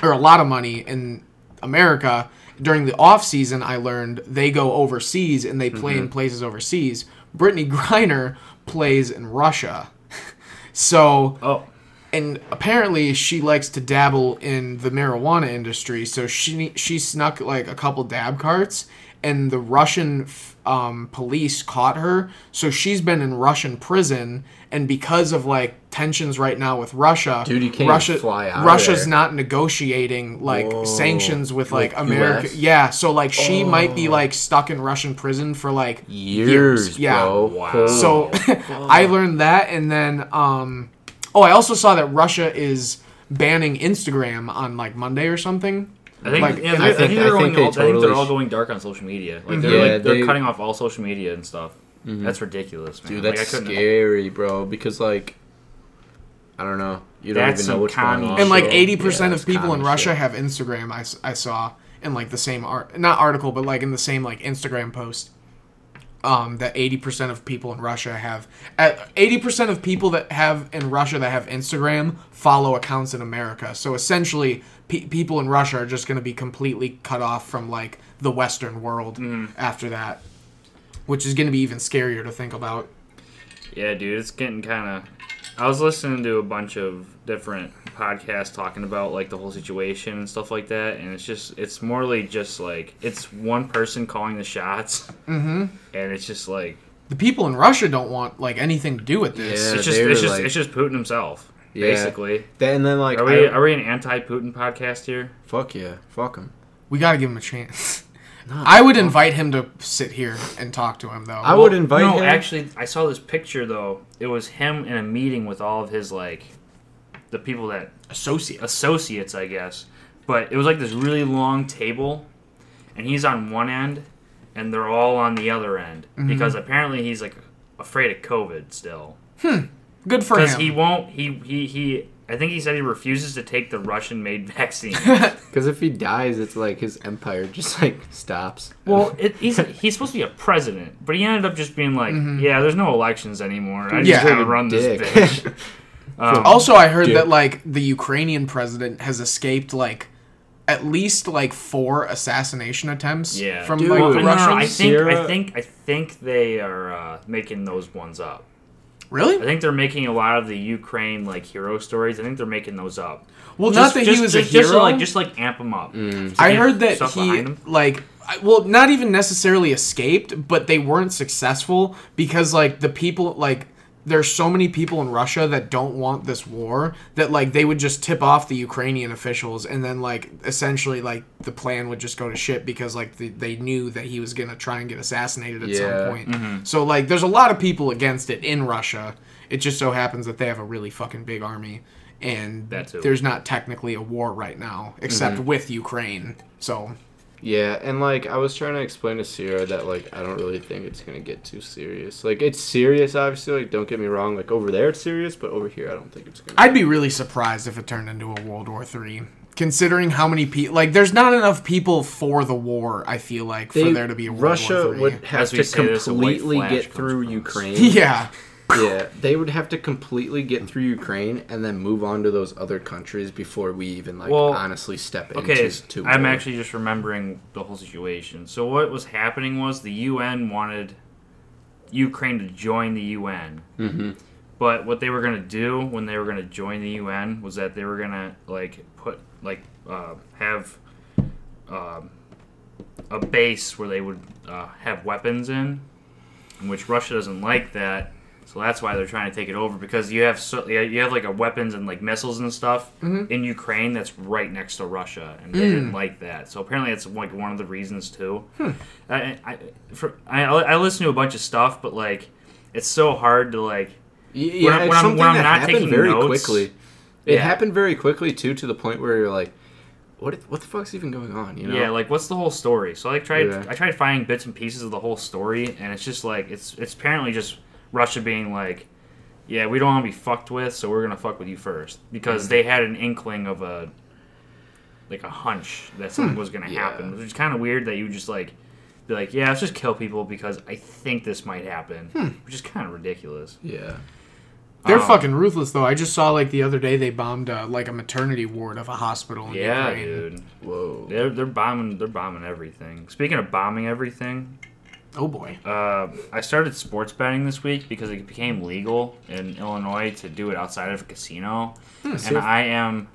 S3: or a lot of money in America during the off season. I learned they go overseas and they play in places overseas. Brittany Griner plays in Russia, so
S1: Oh,
S3: and apparently she likes to dabble in the marijuana industry. So she she snuck like a couple dab carts, and the Russian f- um, police caught her. So she's been in Russian prison, and because of like tensions right now with Russia,
S2: Dude, you can't even fly out of
S3: Russia's
S2: there.
S3: not negotiating like
S2: Whoa.
S3: sanctions with like
S2: With
S3: America.
S2: US?
S3: Yeah, so like she might be like stuck in Russian prison for like
S2: years,
S3: Yeah.
S2: bro.
S1: Wow.
S3: so I learned that, and then um, oh, I also saw that Russia is banning Instagram on like Monday or something.
S1: I think
S3: Like,
S1: yeah,
S3: and
S1: they're-
S2: I
S1: I think
S2: think-
S1: they're
S2: I
S1: going.
S2: think they
S1: all, I think
S2: totally
S1: they're all
S2: sh-
S1: going dark on social media. Like they're
S2: Yeah,
S1: like they're
S2: they- Mm-hmm.
S1: cutting off all social media and stuff. That's ridiculous, man.
S2: Dude,
S1: Like,
S2: that's
S1: I couldn't-
S2: scary, bro. Because like, I don't know. You don't
S1: That's
S2: even know
S1: some
S2: what's going
S1: commie
S2: on.
S1: shit.
S3: And like
S2: bro.
S3: eighty percent
S2: Yeah,
S3: of people
S2: that's
S3: in
S2: commie
S3: Russia
S2: shit.
S3: have Instagram. I, s- I saw in like the same art, not article, but like in the same like Instagram post. Um, that eighty percent of people in Russia have eighty percent of people that have in Russia that have Instagram follow accounts in America. So essentially, pe- people in Russia are just going to be completely cut off from like the Western world
S2: Mm.
S3: after that, which is going to be even scarier to think about.
S1: Yeah, dude, it's getting kind of. I was listening to a bunch of different podcasts talking about like the whole situation and stuff like that, and it's just it's morally just like it's one person calling the shots, mm-hmm. and it's just like
S3: The people in Russia don't want like anything to do with this.
S2: Yeah,
S1: it's just
S2: they're,
S1: it's just
S2: like-
S1: it's just Putin himself,
S2: Yeah.
S1: basically.
S2: That- and then like,
S1: Are we
S2: I-
S1: are we an anti-Putin podcast here?
S2: fuck yeah, fuck him.
S3: We gotta give him a chance. I would invite him to sit here and talk to him, though.
S2: I would invite
S1: no,
S2: him.
S1: actually, I saw this picture though. It was him in a meeting with all of his like the people that
S3: associate.
S1: associates, I guess. But it was like this really long table, and he's on one end, and they're all on the other end
S2: Mm-hmm.
S1: because apparently he's like afraid of COVID still
S3: Good for
S1: because
S3: him.
S1: he won't. He he he. I I think he said he refuses to take the Russian made vaccine.
S2: Because if he dies, it's like his empire just like stops.
S1: well, it, he's he's supposed to be a president, but he ended up just being like,
S3: Mm-hmm.
S1: yeah, there's no elections anymore. I just
S3: Yeah.
S1: gotta run this
S2: Dick.
S1: bitch. Um,
S3: Also, I heard
S2: Dude.
S3: that like the Ukrainian president has escaped like at least like four assassination attempts
S1: yeah,
S3: from
S1: Dude,
S3: like
S1: well, uh,
S3: the
S1: no, no, no, I
S3: Russians.
S1: think I
S2: Sierra-
S1: think I think they are uh, making those ones up. I
S3: Really?
S1: think they're making a lot of the Ukraine like hero stories. I think they're making those up.
S3: Well, not
S1: Just-
S3: that
S1: just-
S3: he was
S1: just,
S3: a hero.
S1: Just to, like just like amp him up. To
S3: I
S1: get
S3: heard that
S1: stuff
S3: he
S1: behind him.
S3: like I- well, not even necessarily escaped, but they weren't successful because like the people like there's so many people in Russia that don't want this war that like they would just tip off the Ukrainian officials and then like essentially like the plan would just go to shit because like the, they knew that he was going to try and get assassinated at
S2: Yeah.
S3: some point.
S1: Mm-hmm.
S3: So like there's a lot of people against it in Russia. It just so happens that they have a really fucking big army and
S1: That too. Mm-hmm.
S3: there's not technically a war right now except with Ukraine. So
S2: Yeah, and like I was trying to explain to Sierra that like I don't really think it's gonna get too serious. Like it's serious, obviously. Like don't get me wrong. Like over there it's serious, but over here I don't think it's gonna.
S3: I'd be really surprised if it turned into a World War Three, considering how many people. Like, there's not enough people for the war. I feel like for there to be a World
S2: Russia
S3: War Three.
S2: would have
S1: As we
S2: to
S1: say this, a white
S2: completely
S1: flash
S2: get
S1: comes
S2: through
S1: across.
S2: Ukraine.
S3: yeah,
S2: yeah, they would have to completely get through Ukraine and then move on to those other countries before we even like
S1: Well,
S2: honestly step
S1: Okay,
S2: into. to
S1: I'm
S2: war.
S1: actually just remembering the whole situation. So what was happening was the UN wanted Ukraine to join the UN. Mm-hmm. But what they were going to do when they were going to join the UN was that they were going to like put like uh, have um, a base where they would uh, have weapons in, in which Russia doesn't like that. So that's why they're trying to take it over because you have so yeah, you have like a weapons and like missiles and stuff in Ukraine that's right next to Russia, and they didn't like that. So apparently it's like one of the reasons too. I, I, for, I I listen to a bunch of stuff, but like it's so hard to like
S2: Y- Yeah,
S1: I'm-
S2: it's
S1: when I'm-
S2: something
S1: when I'm
S2: that
S1: not
S2: happened
S1: taking
S2: very
S1: notes-
S2: quickly. It
S1: Yeah.
S2: happened very quickly too, to the point where you're like, what? What the fuck's even going on? You know?
S1: Yeah, like what's the whole story? So I like tried
S2: Yeah.
S1: I tried finding bits and pieces of the whole story and it's just like it's it's apparently just Russia being like, Yeah, we don't wanna be fucked with, so we're gonna fuck with you first.
S2: Hmm.
S1: Because they had an inkling of a like a hunch that something was gonna
S2: Hmm. Yeah.
S1: happen. Which is kinda weird that you would just like be like, Yeah, let's just kill people because I think this might happen.
S2: Hmm.
S1: Which is kinda ridiculous.
S2: yeah.
S3: they're
S1: Um,
S3: fucking ruthless though. I just saw like the other day they bombed uh, like a maternity ward of a hospital in
S1: Yeah,
S3: Ukraine.
S1: dude.
S2: Whoa.
S1: They're they're bombing they're bombing everything. Speaking of bombing everything,
S3: Oh boy.
S1: Uh, I started sports betting this week because it became legal in Illinois to do it outside of a casino,
S3: Hmm,
S1: and I am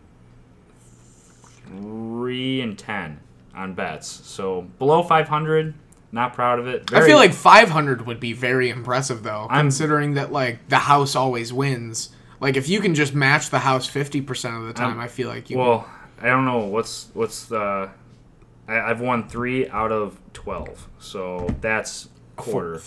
S1: three and ten on bets, so below five hundred. Not proud of it.
S3: I
S1: Very-
S3: feel like 500 would be very impressive though,
S1: I'm-
S3: considering that like the house always wins. Like if you can just match the house 50% of the time,
S1: I'm-
S3: I feel like you
S1: well, I don't know what's what's the. I, I've won three out of twelve, so that's quarter.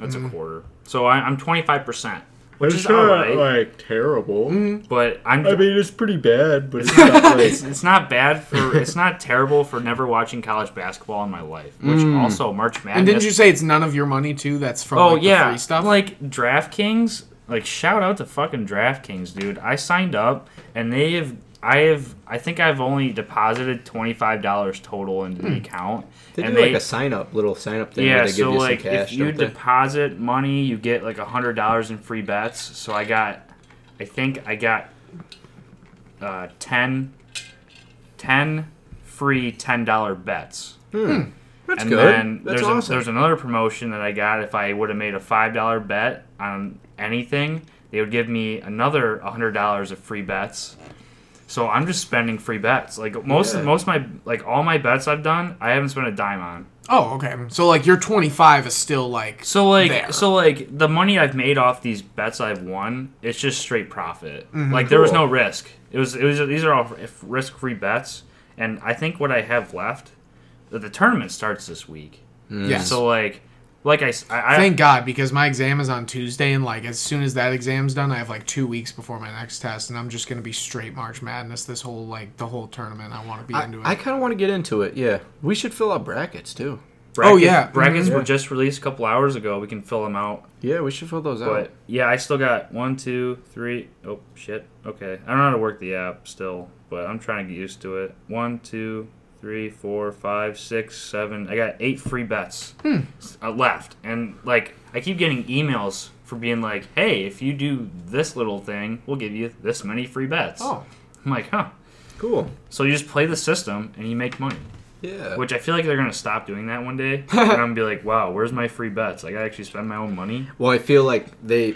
S1: That's
S3: Mm-hmm.
S1: a quarter. So I, I'm twenty five percent, which is all right.
S2: like terrible.
S1: but I'm
S2: mean, it's pretty bad, but it's not
S1: it's, it's not bad for it's not terrible for never watching college basketball in my life. Which also March Madness.
S3: Mm. And didn't you say it's none of your money too? That's from
S1: oh
S3: like, the
S1: yeah,
S3: free stuff.
S1: like DraftKings. Like shout out to fucking DraftKings, dude. I signed up and they have. I have. I think I've only deposited twenty five dollars total into
S3: Hmm.
S1: the account.
S2: They do
S1: and
S2: like a sign up, little sign up thing
S1: yeah.
S2: where they give
S1: So
S2: you
S1: like,
S2: some cash.
S1: if you
S2: don't they?
S1: deposit money, you get like a hundred dollars in free bets. So I got. I think I got. Uh, 10, 10 free ten dollar bets.
S2: That's
S1: and
S2: good.
S1: then
S2: That's
S1: there's a-
S2: awesome.
S1: there's another promotion that I got. If I would have made a five dollar bet on anything, they would give me another hundred dollars of free bets. So I'm just spending free bets. Like most
S2: Yeah.
S1: most of my like all my bets I've done, I haven't spent a dime on.
S3: Oh, okay. So like your 25 is still like
S1: So like
S3: There.
S1: so like the money I've made off these bets I've won, it's just straight profit.
S3: Mm-hmm.
S1: like there was
S2: Cool.
S1: no risk. It was it was these are all risk free bets, and I think what I have left, the, the tournament starts this week.
S3: yes.
S1: So like like I s- I- I-
S3: Mm. Thank God because my exam is on Tuesday and like as soon as that exam's done, I have like 2 weeks before my next test and I'm just going to be straight March Madness this whole like the whole tournament. I want to be
S2: I,
S3: into it.
S2: I kind of want to get into it. Yeah, we should fill out brackets too.
S1: Brackets,
S3: yeah.
S1: brackets
S3: Mhm.
S1: were
S2: Yeah.
S1: just released a couple hours ago. We can fill them out.
S2: Yeah, we should fill those out.
S1: But yeah, I still got one, two, three. Oh shit. Okay, I don't know how to work the app still, but I'm trying to get used to it. One, two, three, four, five, six, seven. I got eight free bets s- uh, left, and like I keep getting emails for being like, "Hey, if you do this little thing, we'll give you this many free bets."
S3: Oh,
S1: I'm like, huh.
S2: Cool.
S1: So you just play the system and you make money,
S2: Yeah.
S1: which I feel like they're gonna stop doing that one day. and I'm gonna be like, wow, where's my free bets? I gotta actually spend my own money.
S2: Well, I feel like they,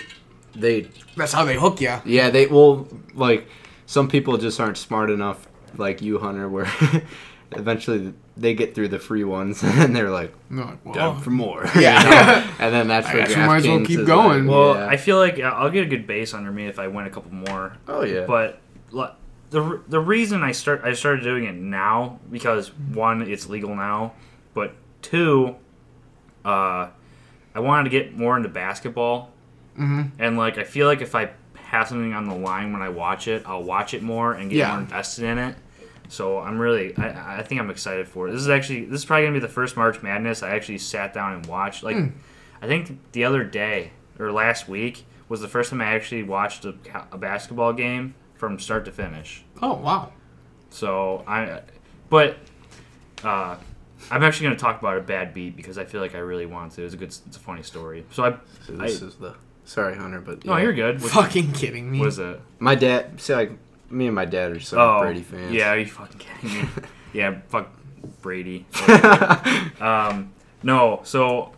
S2: they,
S3: that's how they hook you.
S2: yeah, they will like. Some people just aren't smart enough, like you, Hunter, where eventually they get through the free ones and they're like,
S3: No, well,
S2: "Down for more."
S3: Yeah.
S2: You know? and then that's
S3: I
S2: where
S3: guess we might as well
S2: DraftKings
S3: keep
S2: is
S3: going.
S2: like,
S1: Well,
S2: yeah.
S1: I feel like I- I'll get a good base under me if I win a couple more.
S2: oh yeah,
S1: But like, the re- the reason I start I started doing it now because one, it's legal now, but two, uh, I wanted to get more into basketball,
S3: Mhm.
S1: and like I feel like if I have something on the line when I watch it, I'll watch it more and get
S3: Yeah.
S1: more invested in it. So I'm really, I, I think I'm excited for it. This is actually, this is probably gonna be the first March Madness I actually sat down and watched. Like, I think the other day or last week was the first time I actually watched a, co- a basketball game from start to finish.
S3: Oh wow.
S1: So I, but uh, I'm actually going to talk about a bad beat because I feel like I really want to. It's a good, it's a funny story. So I,
S2: So this
S1: I-
S2: is the sorry, Hunter, but
S1: no,
S2: yeah.
S1: you're good. What,
S3: Fucking kidding me.
S1: what is it?
S2: my dad. See, like me and my dad are so
S1: Oh,
S2: Brady fans.
S1: yeah, are you fucking kidding me? yeah, fuck Brady. um, no, so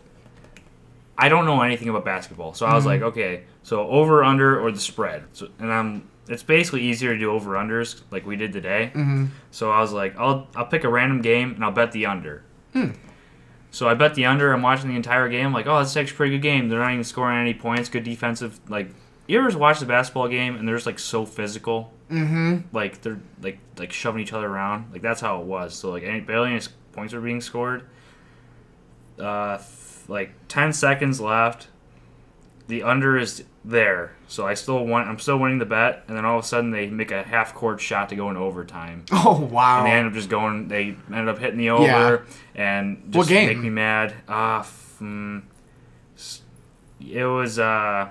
S1: I don't know anything about basketball, so I
S2: Mm-hmm.
S1: was like, okay, so over under or the spread, so, and I'm. It's basically easier to do over unders like we did today.
S2: Mm-hmm.
S3: Mhm.
S1: So I was like, I'll I'll pick a random game and I'll bet the under.
S2: Hmm.
S1: So I bet the under. I'm watching the entire game. Like, oh, that's actually a pretty good game. They're not even scoring any points. Good defensive. Like, you ever just watch the basketball game and they're just like so physical? Mm-hmm. Like they're like like shoving each other around. Like that's how it was. So like any, barely any s- points were being scored. Uh, th- like ten seconds left. The under is there, so I still want. I'm still winning the bet, and then all of a sudden they make a half court shot to go in overtime
S3: Oh wow.
S1: and they ended up just going. They ended up hitting the over,
S3: Yeah.
S1: and just
S3: What game?
S1: make me mad. Uh, f- mm, s- it was uh,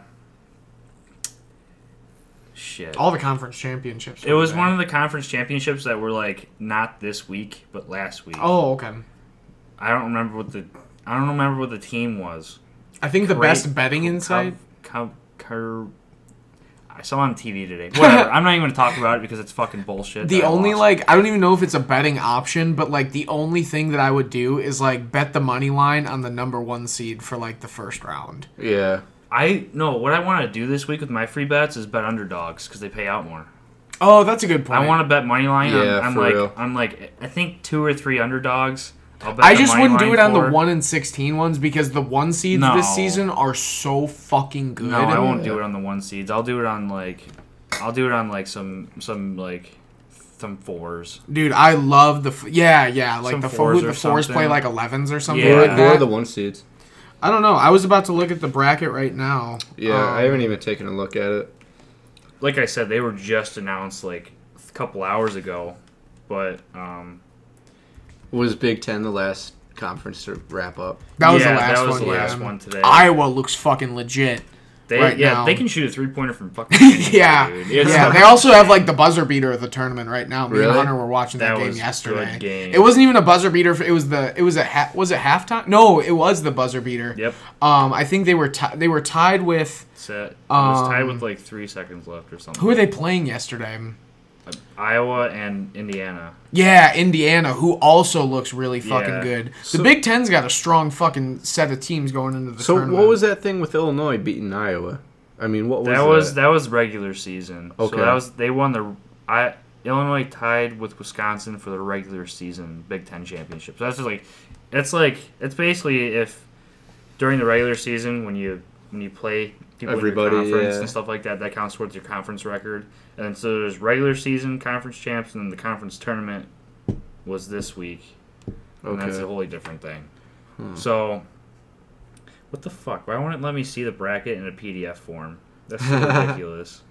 S1: shit.
S3: All the conference championships.
S1: it was one of the conference championships that were like not this week, but last week.
S3: Oh okay.
S1: I don't remember what the I don't remember what the team was.
S3: I think the
S1: Great
S3: best betting insight.
S1: Cov- Cov- Cov- I saw it on TV today. Whatever. I'm not even going to talk about it because it's fucking bullshit.
S3: The
S1: that I
S3: only
S1: lost.
S3: like I don't even know if it's a betting option, but like the only thing that I would do is like bet the money line on the number one seed for like the first round.
S2: yeah.
S1: I no. What I want to do this week with my free bets is bet underdogs because they pay out more.
S3: Oh, that's a good point.
S1: I want to bet money line.
S2: Yeah,
S1: I'm, I'm
S2: for
S1: like,
S2: real.
S1: I'm like, I think two or three underdogs. I'll bet
S3: I
S1: the
S3: just
S1: money
S3: wouldn't do
S1: line
S3: it on the
S1: for-
S3: one and sixteen ones because the one seeds
S1: No.
S3: this season are so fucking good.
S1: No, I won't do it on the one seeds. I'll do it on like, I'll do it on like some some like some fours.
S3: Dude, I love the f- yeah, yeah, like
S1: Some
S3: the four,
S1: fours
S3: who, the
S1: or
S3: fours play
S1: something.
S3: like elevens or something
S1: Yeah.
S2: Who
S3: like
S2: are- who are
S3: that.
S2: the one seeds?
S3: I don't know. I was about to look at the bracket right now.
S2: Yeah,
S3: Um,
S2: I haven't even taken a look at it.
S1: Like I said, they were just announced like a couple hours ago, but um,
S2: Was Big Ten the last conference to wrap up?
S3: That was
S1: yeah,
S3: the last
S1: that was
S3: one.
S1: the last
S3: yeah.
S1: one today.
S3: Iowa looks fucking legit.
S1: they,
S3: right
S1: yeah,
S3: now-
S1: they can shoot a three pointer from fucking anywhere,
S3: Yeah,
S1: dude. It's-
S3: yeah. They also have like the buzzer beater of the tournament right now. Me and
S2: Really?
S3: Hunter were watching that,
S1: That
S3: game
S1: was
S3: yesterday.
S1: good game.
S3: It wasn't even a buzzer beater. It was the it was a ha- was it halftime? No, it was the buzzer beater.
S1: Yep,
S3: Um, I think they were ti they were tied with
S1: set. It was tied
S3: Um,
S1: with like three seconds left or something.
S3: who are they playing yesterday?
S1: Iowa and Indiana.
S3: Yeah, Indiana, who also looks really fucking
S1: Yeah.
S3: good. The
S2: So-
S3: Big Ten's got a strong fucking set of teams going into the
S2: So
S3: tournament.
S2: what was that thing with Illinois beating Iowa? I mean, what was
S1: That was that was regular season.
S2: Okay.
S1: So that was they won the I Illinois tied with Wisconsin for the regular season Big Ten championship. So that's just like it's like it's basically if during the regular season when you when you play people
S2: Everybody,
S1: in your conference
S2: yeah.
S1: and stuff like that, that counts towards your conference record. And then so there's regular season conference champs and then the conference tournament was this week. And that's a
S2: Okay.
S1: wholly different thing.
S3: Hmm.
S1: So what the fuck? Why won't it let me see the bracket in a PDF form? That's so ridiculous.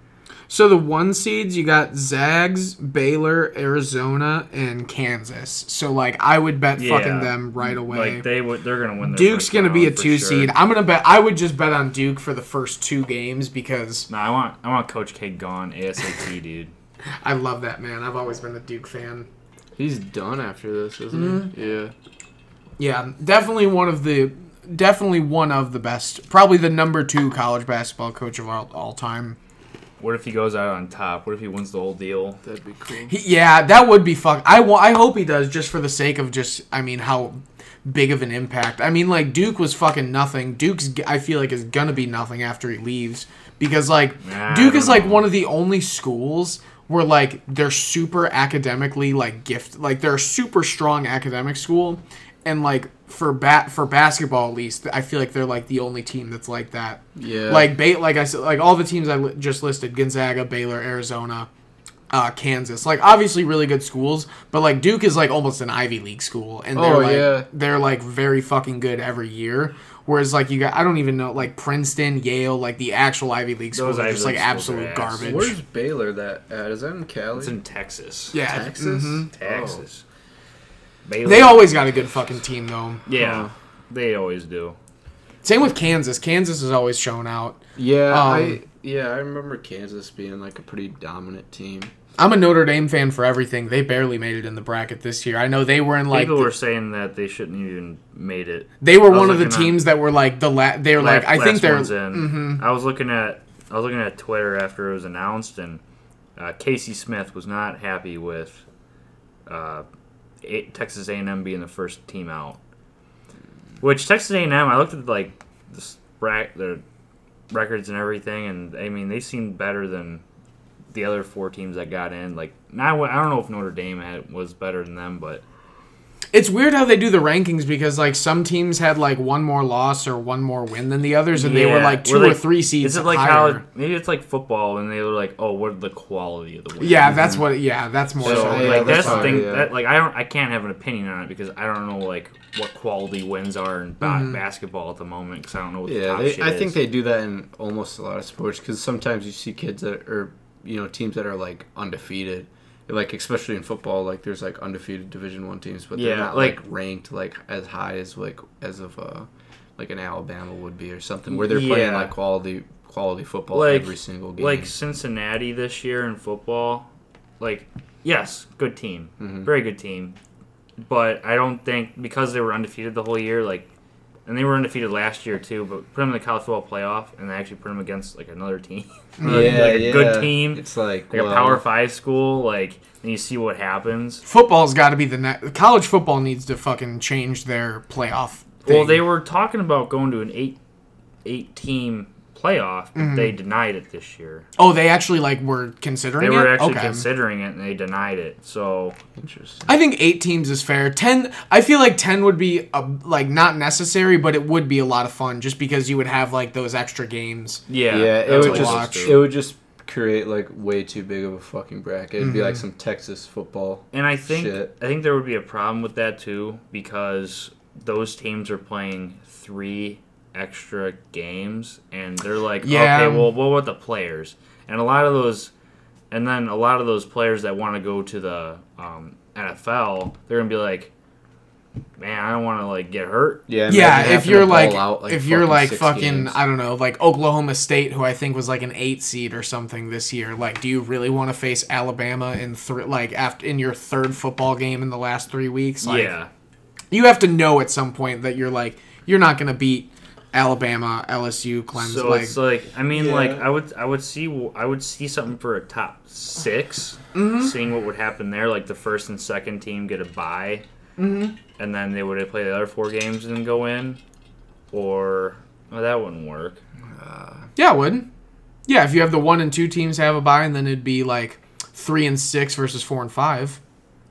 S3: So the one seeds you got Zags, Baylor, Arizona, and Kansas. So like I would bet
S1: Yeah.
S3: fucking them right away.
S1: Like they would, they're gonna win. Their
S3: Duke's
S1: first
S3: gonna be a
S1: round for
S3: two
S1: sure.
S3: seed. I'm gonna bet. I would just bet on Duke for the first two games because
S1: No, I want I want Coach K gone ASAP, dude.
S3: I love that man. I've always been a Duke fan.
S2: He's done after this, isn't
S1: Mm-hmm.
S2: he? Yeah.
S3: Yeah, definitely one of the definitely one of the best, probably the number two college basketball coach of all, all time.
S1: What if he goes out on top? What if he wins the whole deal?
S2: That'd be cool.
S3: He, yeah, that would be fuck. I wa- I hope he does just for the sake of just. I mean, how big of an impact? I mean, like Duke was fucking nothing. Duke's g- I feel like is gonna be nothing after he leaves because like
S1: Nah, I
S3: Duke is
S1: don't
S3: like
S1: know.
S3: one of the only schools where like they're super academically like gift like they're a super strong academic school and like for bat for basketball at least I feel like they're like the only team that's like that.
S2: Yeah.
S3: Like Bay, like I said, like all the teams I li- just listed: Gonzaga, Baylor, Arizona, uh, Kansas. Like obviously really good schools, but like Duke is like almost an Ivy League school, and they're
S2: Oh,
S3: like
S2: yeah.
S3: they're like very fucking good every year. Whereas like you got, I don't even know like Princeton, Yale, like the actual Ivy League schools are
S1: Ivy
S3: just
S1: League
S3: like
S1: schools are
S3: absolute
S1: ass.
S3: garbage.
S2: Where's Baylor that at? Is that in Cali?
S1: It's in Texas.
S3: yeah,
S2: Texas?
S1: mm-hmm.
S3: mhm.
S1: Texas.
S3: They always got a good fucking team though.
S1: yeah. They always do.
S3: Same with Kansas. Kansas is always shown out.
S2: Yeah,
S3: Um,
S2: I yeah, I remember Kansas being like a pretty dominant team.
S3: I'm a Notre Dame fan for everything. They barely made it in the bracket this year. I know they were in like
S1: People
S3: the-
S1: were saying that they shouldn't even made it.
S3: They were
S1: was
S3: one of the
S1: looking on-
S3: teams that were like the la- they were like
S1: Last-
S3: I
S1: last
S3: think they're Mm-hmm.
S1: ones in. I was looking at I was looking at Twitter after it was announced, and uh, Casey Smith was not happy with uh, A Texas A&M being the first team out. Which Texas A&M, I looked at like this brack, their records and everything, and I mean they seemed better than the other four teams that got in. Like now, I don't know if Notre Dame had, was better than them, but
S3: it's weird how they do the rankings because like some teams had like one more loss or one more win than the others and they were
S1: Yeah.
S3: like two
S1: Were they-
S3: or three seeds
S1: Is it like
S3: higher.
S1: how maybe it's like football and they were like, oh, what are the quality of the win?
S3: yeah, that's what. Yeah, that's more.
S1: So
S3: So,
S1: like
S2: Yeah,
S1: that's,
S2: that's
S1: the
S2: probably-
S1: thing
S2: yeah.
S1: that like I don't I can't have an opinion on it because I don't know like what quality wins are in ba-
S3: Mm-hmm.
S1: basketball at the moment because I don't know what the
S2: Yeah,
S1: top
S2: they,
S1: shit
S2: I think
S1: is.
S2: they do that in almost a lot of sports because sometimes you see kids that are you know teams that are like undefeated, like especially in football, like there's like undefeated Division One teams, but
S1: Yeah,
S2: they're not
S1: like-
S2: like, ranked like as high as like as of uh like an Alabama would be or something where they're playing
S1: Yeah.
S2: like quality quality football
S1: Like-
S2: every single game.
S1: like Cincinnati this year in football, like yes, good team,
S2: Mm-hmm.
S1: very good team, but I don't think because they were undefeated the whole year, like, and they were undefeated last year too, but put them in the college football playoff and they actually put them against like another team, uh, like a good team,
S2: It's like
S1: like a
S2: well,
S1: power five school, like, and you see what happens.
S3: football's got to be the next. College football needs to fucking change their playoff. Thing.
S1: Well, they were talking about going to an eight eight team playoff, but
S2: Mm-hmm.
S1: they denied it this year.
S3: oh, they actually like were considering.
S1: They were
S3: it?
S1: actually
S3: okay.
S1: considering it and they denied it. So
S2: Interesting.
S3: I think eight teams is fair. Ten, I feel like ten would be a, like not necessary, but it would be a lot of fun just because you would have like those extra games.
S1: yeah,
S2: Yeah, it
S1: that's
S2: would
S1: what
S2: just
S1: was
S3: watch.
S1: true.
S2: it would just create like way too big of a fucking bracket. It'd be like
S1: Mm-hmm.
S2: some Texas football.
S1: and I think
S2: Shit.
S1: I think there would be a problem with that too because those teams are playing three extra games and they're like,
S3: Yeah.
S1: okay, well, what about the players? And a lot of those, and then a lot of those players that want to go to the um, NFL, they're gonna be like, man, I don't want to like get hurt.
S2: Yeah,
S3: yeah,
S2: imagine
S3: if
S2: having
S3: you're
S2: to ball
S3: like,
S2: out,
S3: if you're like
S2: six
S3: fucking
S2: games.
S3: I don't know like Oklahoma State, who I think was like an eight seed or something this year. Like, do you really want to face Alabama in thr like after in your third football game in the last three weeks? Like,
S1: yeah.
S3: you have to know at some point that you're like you're not gonna beat Alabama, LSU, Clemson.
S1: So
S3: like,
S1: it's like I mean, like
S2: Yeah.
S1: I would I would see I would see something for a top 6
S3: Mm-hmm.
S1: seeing what would happen there. Like the first and second team get a bye,
S3: Mm-hmm.
S1: and then they would play the other four games and go in, or well, that wouldn't work.
S3: yeah, it would. Yeah, if you have the one and two teams have a bye, and then it'd be like three and six versus four and five.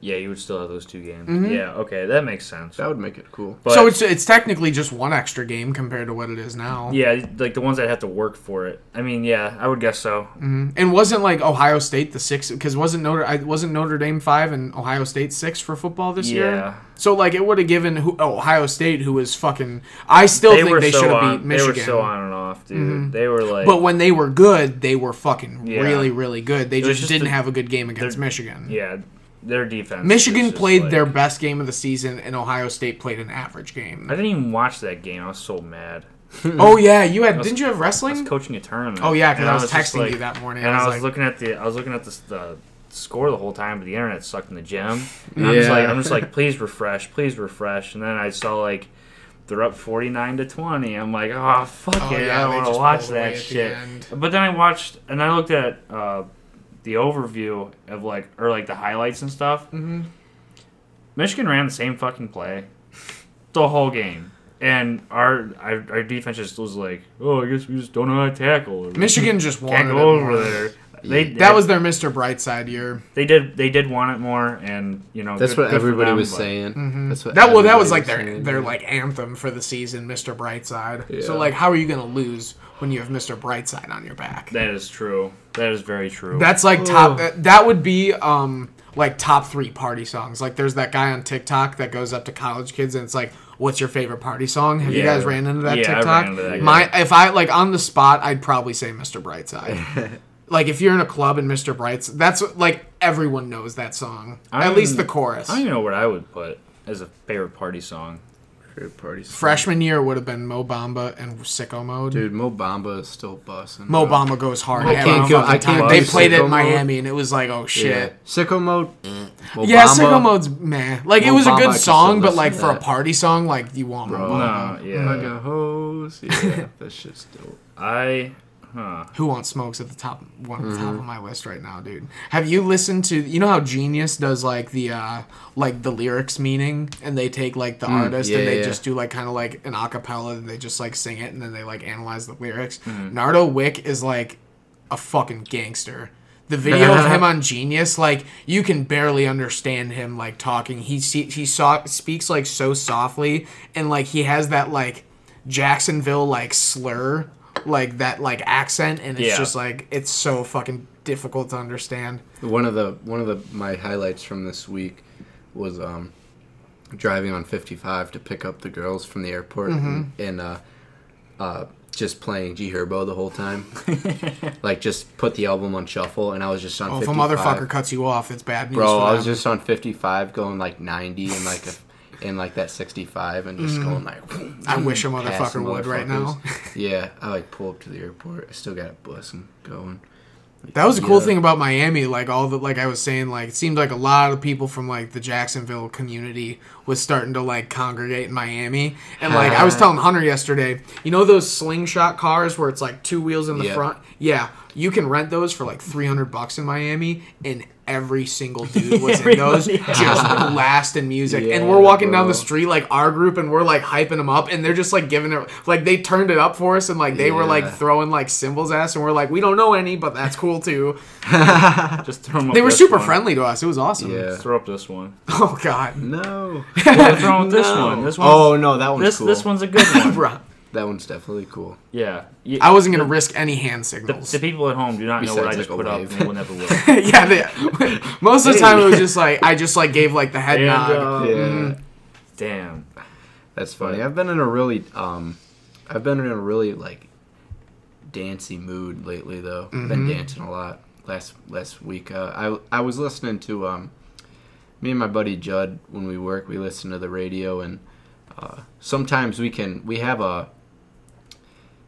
S1: Yeah, you would still have those two games.
S3: Mm-hmm.
S1: Yeah, okay, that makes sense.
S2: That would make it cool.
S1: But
S3: so it's it's technically just one extra game compared to what it is now.
S1: yeah, like the ones that have to work for it. I mean, yeah, I would guess so.
S3: And wasn't like Ohio State the six because wasn't Notre I wasn't Notre Dame five and Ohio State six for football this
S1: Yeah.
S3: year. So like it would have given who, oh, Ohio State who was fucking. I still
S1: They
S3: think
S1: were
S3: they
S1: so
S3: should have
S1: on.
S3: beat
S1: They
S3: Michigan. Mm-hmm.
S1: were so on and off, dude. They were like,
S3: But when they were good, they were fucking
S1: Yeah.
S3: really really good. They
S1: was
S3: just,
S1: just
S3: didn't
S1: the-
S3: have a good game against Michigan.
S1: yeah, their defense. was
S3: Michigan
S1: just
S3: played
S1: like-
S3: their best game of the season, and Ohio State played an average
S1: I
S3: game.
S1: didn't even watch that game. I was so mad.
S3: Oh yeah, you had didn't you have
S1: I was
S3: wrestling?
S1: coaching a tournament.
S3: Mm. Oh yeah, because
S1: and
S3: I was,
S1: just
S3: texting
S1: like-
S3: you that morning.
S1: And I was,
S3: like,
S1: looking at the I was looking at the, the score the whole time, but the internet sucked in the gym. And I'm just like
S2: Yeah.
S1: I'm just like please refresh, please refresh. And then I saw like they're up 49 to 20. I'm like, "Oh, fuck
S3: Oh,
S1: it.
S3: yeah,
S1: I don't
S3: they
S1: want
S3: just
S1: to watch
S3: pulled away at
S1: that
S3: the
S1: shit."
S3: end.
S1: But then I watched and I looked at uh, the overview of like or like the highlights and stuff.
S3: Mhm.
S1: Michigan ran the same fucking play the whole game. And our, our our defense just was like, oh, I guess we just don't know how to tackle. Or-
S3: Michigan just won.
S1: can't go over there. They
S3: That was their Mr. Brightside year.
S1: they did they did want it more, and you know
S2: That's
S1: good-
S2: what
S1: good for
S2: everybody
S1: them,
S2: was
S1: but-
S2: saying. That's what
S3: Mm-hmm. That well, that
S2: everybody
S3: was like their
S2: saying.
S3: their like anthem for the season, Mr. Brightside. So
S2: Yeah.
S3: like, how are you gonna lose when you have Mr. Brightside on your back?
S1: That is true. That is very true.
S3: That's like top. That, that would be um like top three party songs. Like there's that guy on TikTok that goes up to college kids and it's like, "What's your favorite party song?" Have you
S1: Yeah.
S3: guys ran into that
S1: Yeah, I
S3: TikTok?
S1: ran into that guy.
S3: My if I like on the spot, I'd probably say Mr. Brightside. like if you're in a club and Mr. Brightside, that's like everyone knows that song. At
S1: I'm-
S3: least the chorus.
S1: I don't even know what I would put as a favorite party song.
S2: Favorite parties.
S3: Freshman year would have been Mo Bamba and Sicko Mode.
S2: Dude, Mo Bamba is still busting.
S3: Mo Bamba goes hard.
S2: I
S3: every
S2: can't go-
S3: fucking
S2: I can't
S3: time.
S1: go
S3: They
S1: to
S3: played it
S2: Sicko
S3: in
S2: Mode.
S3: Miami, and it was like, oh shit.
S2: Sicko mode. eh. Mo
S3: Yeah,
S2: Bamba,
S3: Sicko Mode's meh. Like it
S2: Mo
S3: was
S2: Bamba,
S3: a
S2: I can
S3: good
S2: still
S3: song, but
S2: listen
S3: like
S2: to
S3: for a
S2: that.
S3: party song, like you want Mo
S2: Bro.
S3: Bamba.
S1: No,
S2: Like
S1: Uh, yeah,
S2: a hose. Yeah, that shit's dope.
S1: I, huh?
S3: Who wants smokes at the top one of the
S2: Mm-hmm.
S3: top of my list right now, dude? Have you listened to you know how Genius does like the uh like the lyrics meaning and they take like the artist
S2: Mm, yeah,
S3: and they
S2: yeah.
S3: just do like kind of like an acapella and they just like sing it and then they like analyze the lyrics.
S2: Mm-hmm.
S3: Nardo Wick is like a fucking gangster. The video of him on Genius, like you can barely understand him like talking. He se- he so- speaks like so softly and like he has that like Jacksonville like slur, like that like accent, and it's
S1: Yeah.
S3: just like it's so fucking difficult to understand.
S2: One of the one of the my highlights from this week was um driving on 55 to pick up the girls from the airport
S3: Mm-hmm.
S2: and, and uh uh just playing G Herbo the whole time. like just put the album on shuffle and I was just on
S3: Well, Oh, if a
S2: 55.
S3: motherfucker cuts you off, it's bad news.
S2: Bro,
S3: for
S2: I was
S3: them.
S2: just on 55 going like 90 and like a, and like that 65 and just going like
S3: I wish a
S2: past
S3: Mm-hmm. motherfucker would right now.
S2: motherfuckers. yeah, I like pull up to the airport. I still got a bus and going.
S3: That was a cool
S2: Yeah.
S3: thing about Miami. Like all the like I was saying, like it seemed like a lot of people from like the Jacksonville community was starting to like congregate in Miami. And like I was telling Hunter yesterday, you know those slingshot cars where it's like two wheels in the
S2: Yeah.
S3: front. Yeah, you can rent those for like three hundred bucks in Miami, and every single dude was in those just blasting music. and we're
S2: Yeah,
S3: walking down the
S2: bro.
S3: street like our group, and we're like hyping them up, and they're just like giving it like they turned it up for us, and like they were like
S2: Yeah.
S3: throwing like symbols at us, and we're like we don't know any, but that's cool too.
S1: Just throw 'em up
S3: They were
S1: this
S3: super
S1: one.
S3: friendly to us. It was awesome.
S2: Yeah.
S1: Just throw up this one.
S3: Oh god.
S2: No.
S1: What's wrong with this one? This one.
S2: oh no, that one's
S1: this
S2: cool.
S1: this one's a good one.
S3: Bruh.
S2: That one's definitely cool.
S1: yeah. Y-
S3: I wasn't gonna risk any hand
S1: the,
S3: signals.
S1: the people at home do not know what I
S2: Besides,
S1: just
S2: like,
S1: put
S2: a
S1: up, and
S2: wave.
S1: they will never will.
S3: yeah, they, most of the time it was just like I just like gave like the head
S1: And,
S3: nod.
S1: uh,
S2: Yeah.
S1: Damn.
S2: That's funny. I've been in a really um I've been in a really like dancey mood lately though. I've been dancing a lot. Last last week uh, I I was listening to um me and my buddy Judd when we work we listen to the radio and uh, sometimes we can we have a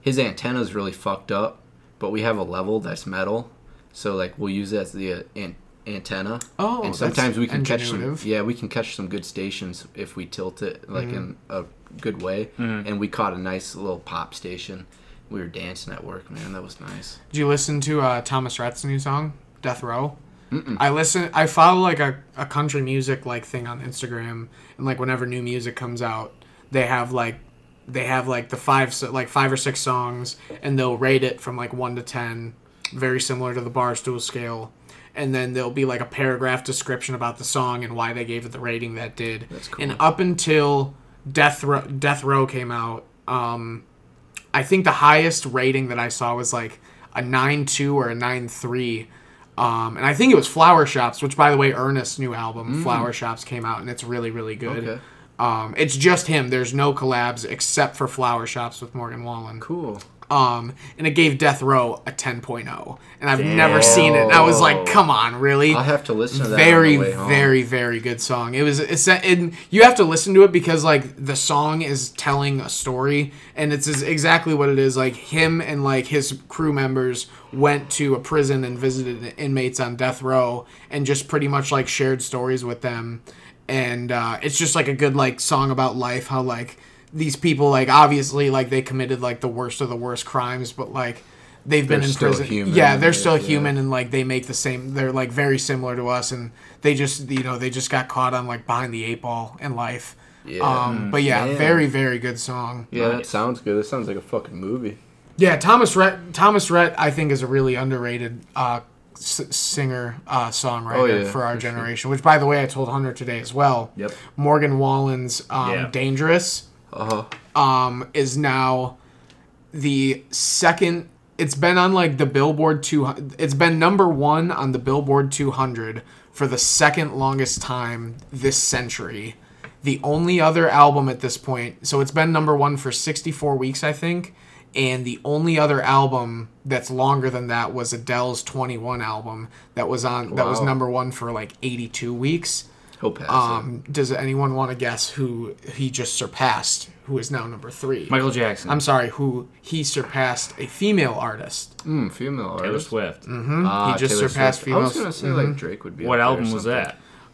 S2: his antenna's really fucked up but we have a level that's metal so like we'll use that as the uh, an- antenna
S3: Oh,
S2: and
S3: that's
S2: sometimes we can catch some
S3: ingenuitive.
S2: yeah we can catch some good stations if we tilt it like in
S3: Mm-hmm.
S2: a good way and we caught a nice little pop station we were dancing at work man that was nice
S3: Did you listen to uh, Thomas Rhett's new song, Death Row? I listen. I follow like a, a country music like thing on Instagram, and like whenever new music comes out, they have like they have like the five s- like five or six songs, and they'll rate it from like one to ten, very similar to the barstool scale. and then there'll be like a paragraph description about the song and why they gave it the rating that did.
S2: That's cool.
S3: And up until Death Row, Death Row came out, um, I think the highest rating that I saw was like a nine two or a nine three. Um, and I think it was Flower Shops, which, by the way, Ernest's new album, Flower Shops, came out, and it's really, really good.
S2: Mm. Okay.
S3: Um, it's just him. There's no collabs except for Flower Shops with Morgan Wallen.
S2: Cool.
S3: Um, and it gave Death Row a 10.0, and I've never seen it. And I was like, come on, really?
S2: I'll have to listen to that.
S3: very,
S2: on the way home.
S3: very, very good song. It was. It's and you have to listen to it because like the song is telling a story, and it's is exactly what it is. Like him and like his crew members went to a prison and visited the inmates on death row, and just pretty much like shared stories with them. And uh, it's just like a good like song about life. How like these people like obviously like they committed like the worst of the worst crimes, but like. They've been
S2: They're
S3: in
S2: still
S3: prison.
S2: human,
S3: yeah, they're
S2: yeah,
S3: still
S2: yeah.
S3: human and like they make the same they're like very similar to us and they just you know they just got caught on like behind the eight ball in life
S2: Yeah.
S3: um but yeah
S2: Man.
S3: very very good song
S2: Yeah, that
S1: Nice.
S2: sounds good. That sounds like a fucking movie.
S3: yeah thomas rhett thomas rhett i think is a really underrated uh s- singer uh songwriter
S2: Oh, yeah,
S3: for our
S2: for sure.
S3: generation which by the way i told hunter today as well
S1: Yep.
S3: morgan wallen's um
S1: Yeah.
S3: dangerous
S2: Uh huh.
S3: um, is now the second. It's been on like the Billboard 200. It's been number one on the Billboard 200 for the second longest time this century. The only other album at this point, so it's been number one for 64 weeks, I think. And the only other album that's longer than that was Adele's 21 album that was on that was
S2: Wow.
S3: number one for like 82 weeks.
S2: He'll pass it.
S3: Um, does anyone want to guess who he just surpassed, who is now number three?
S1: Michael Jackson.
S3: I'm sorry, who he surpassed a female artist.
S2: Mm, female artist.
S1: Taylor Swift.
S2: Ah,
S3: He just
S2: Taylor
S3: surpassed
S2: Swift. I was
S3: females.
S2: gonna say like Drake would be.
S1: What
S2: up there or
S1: album was
S2: something.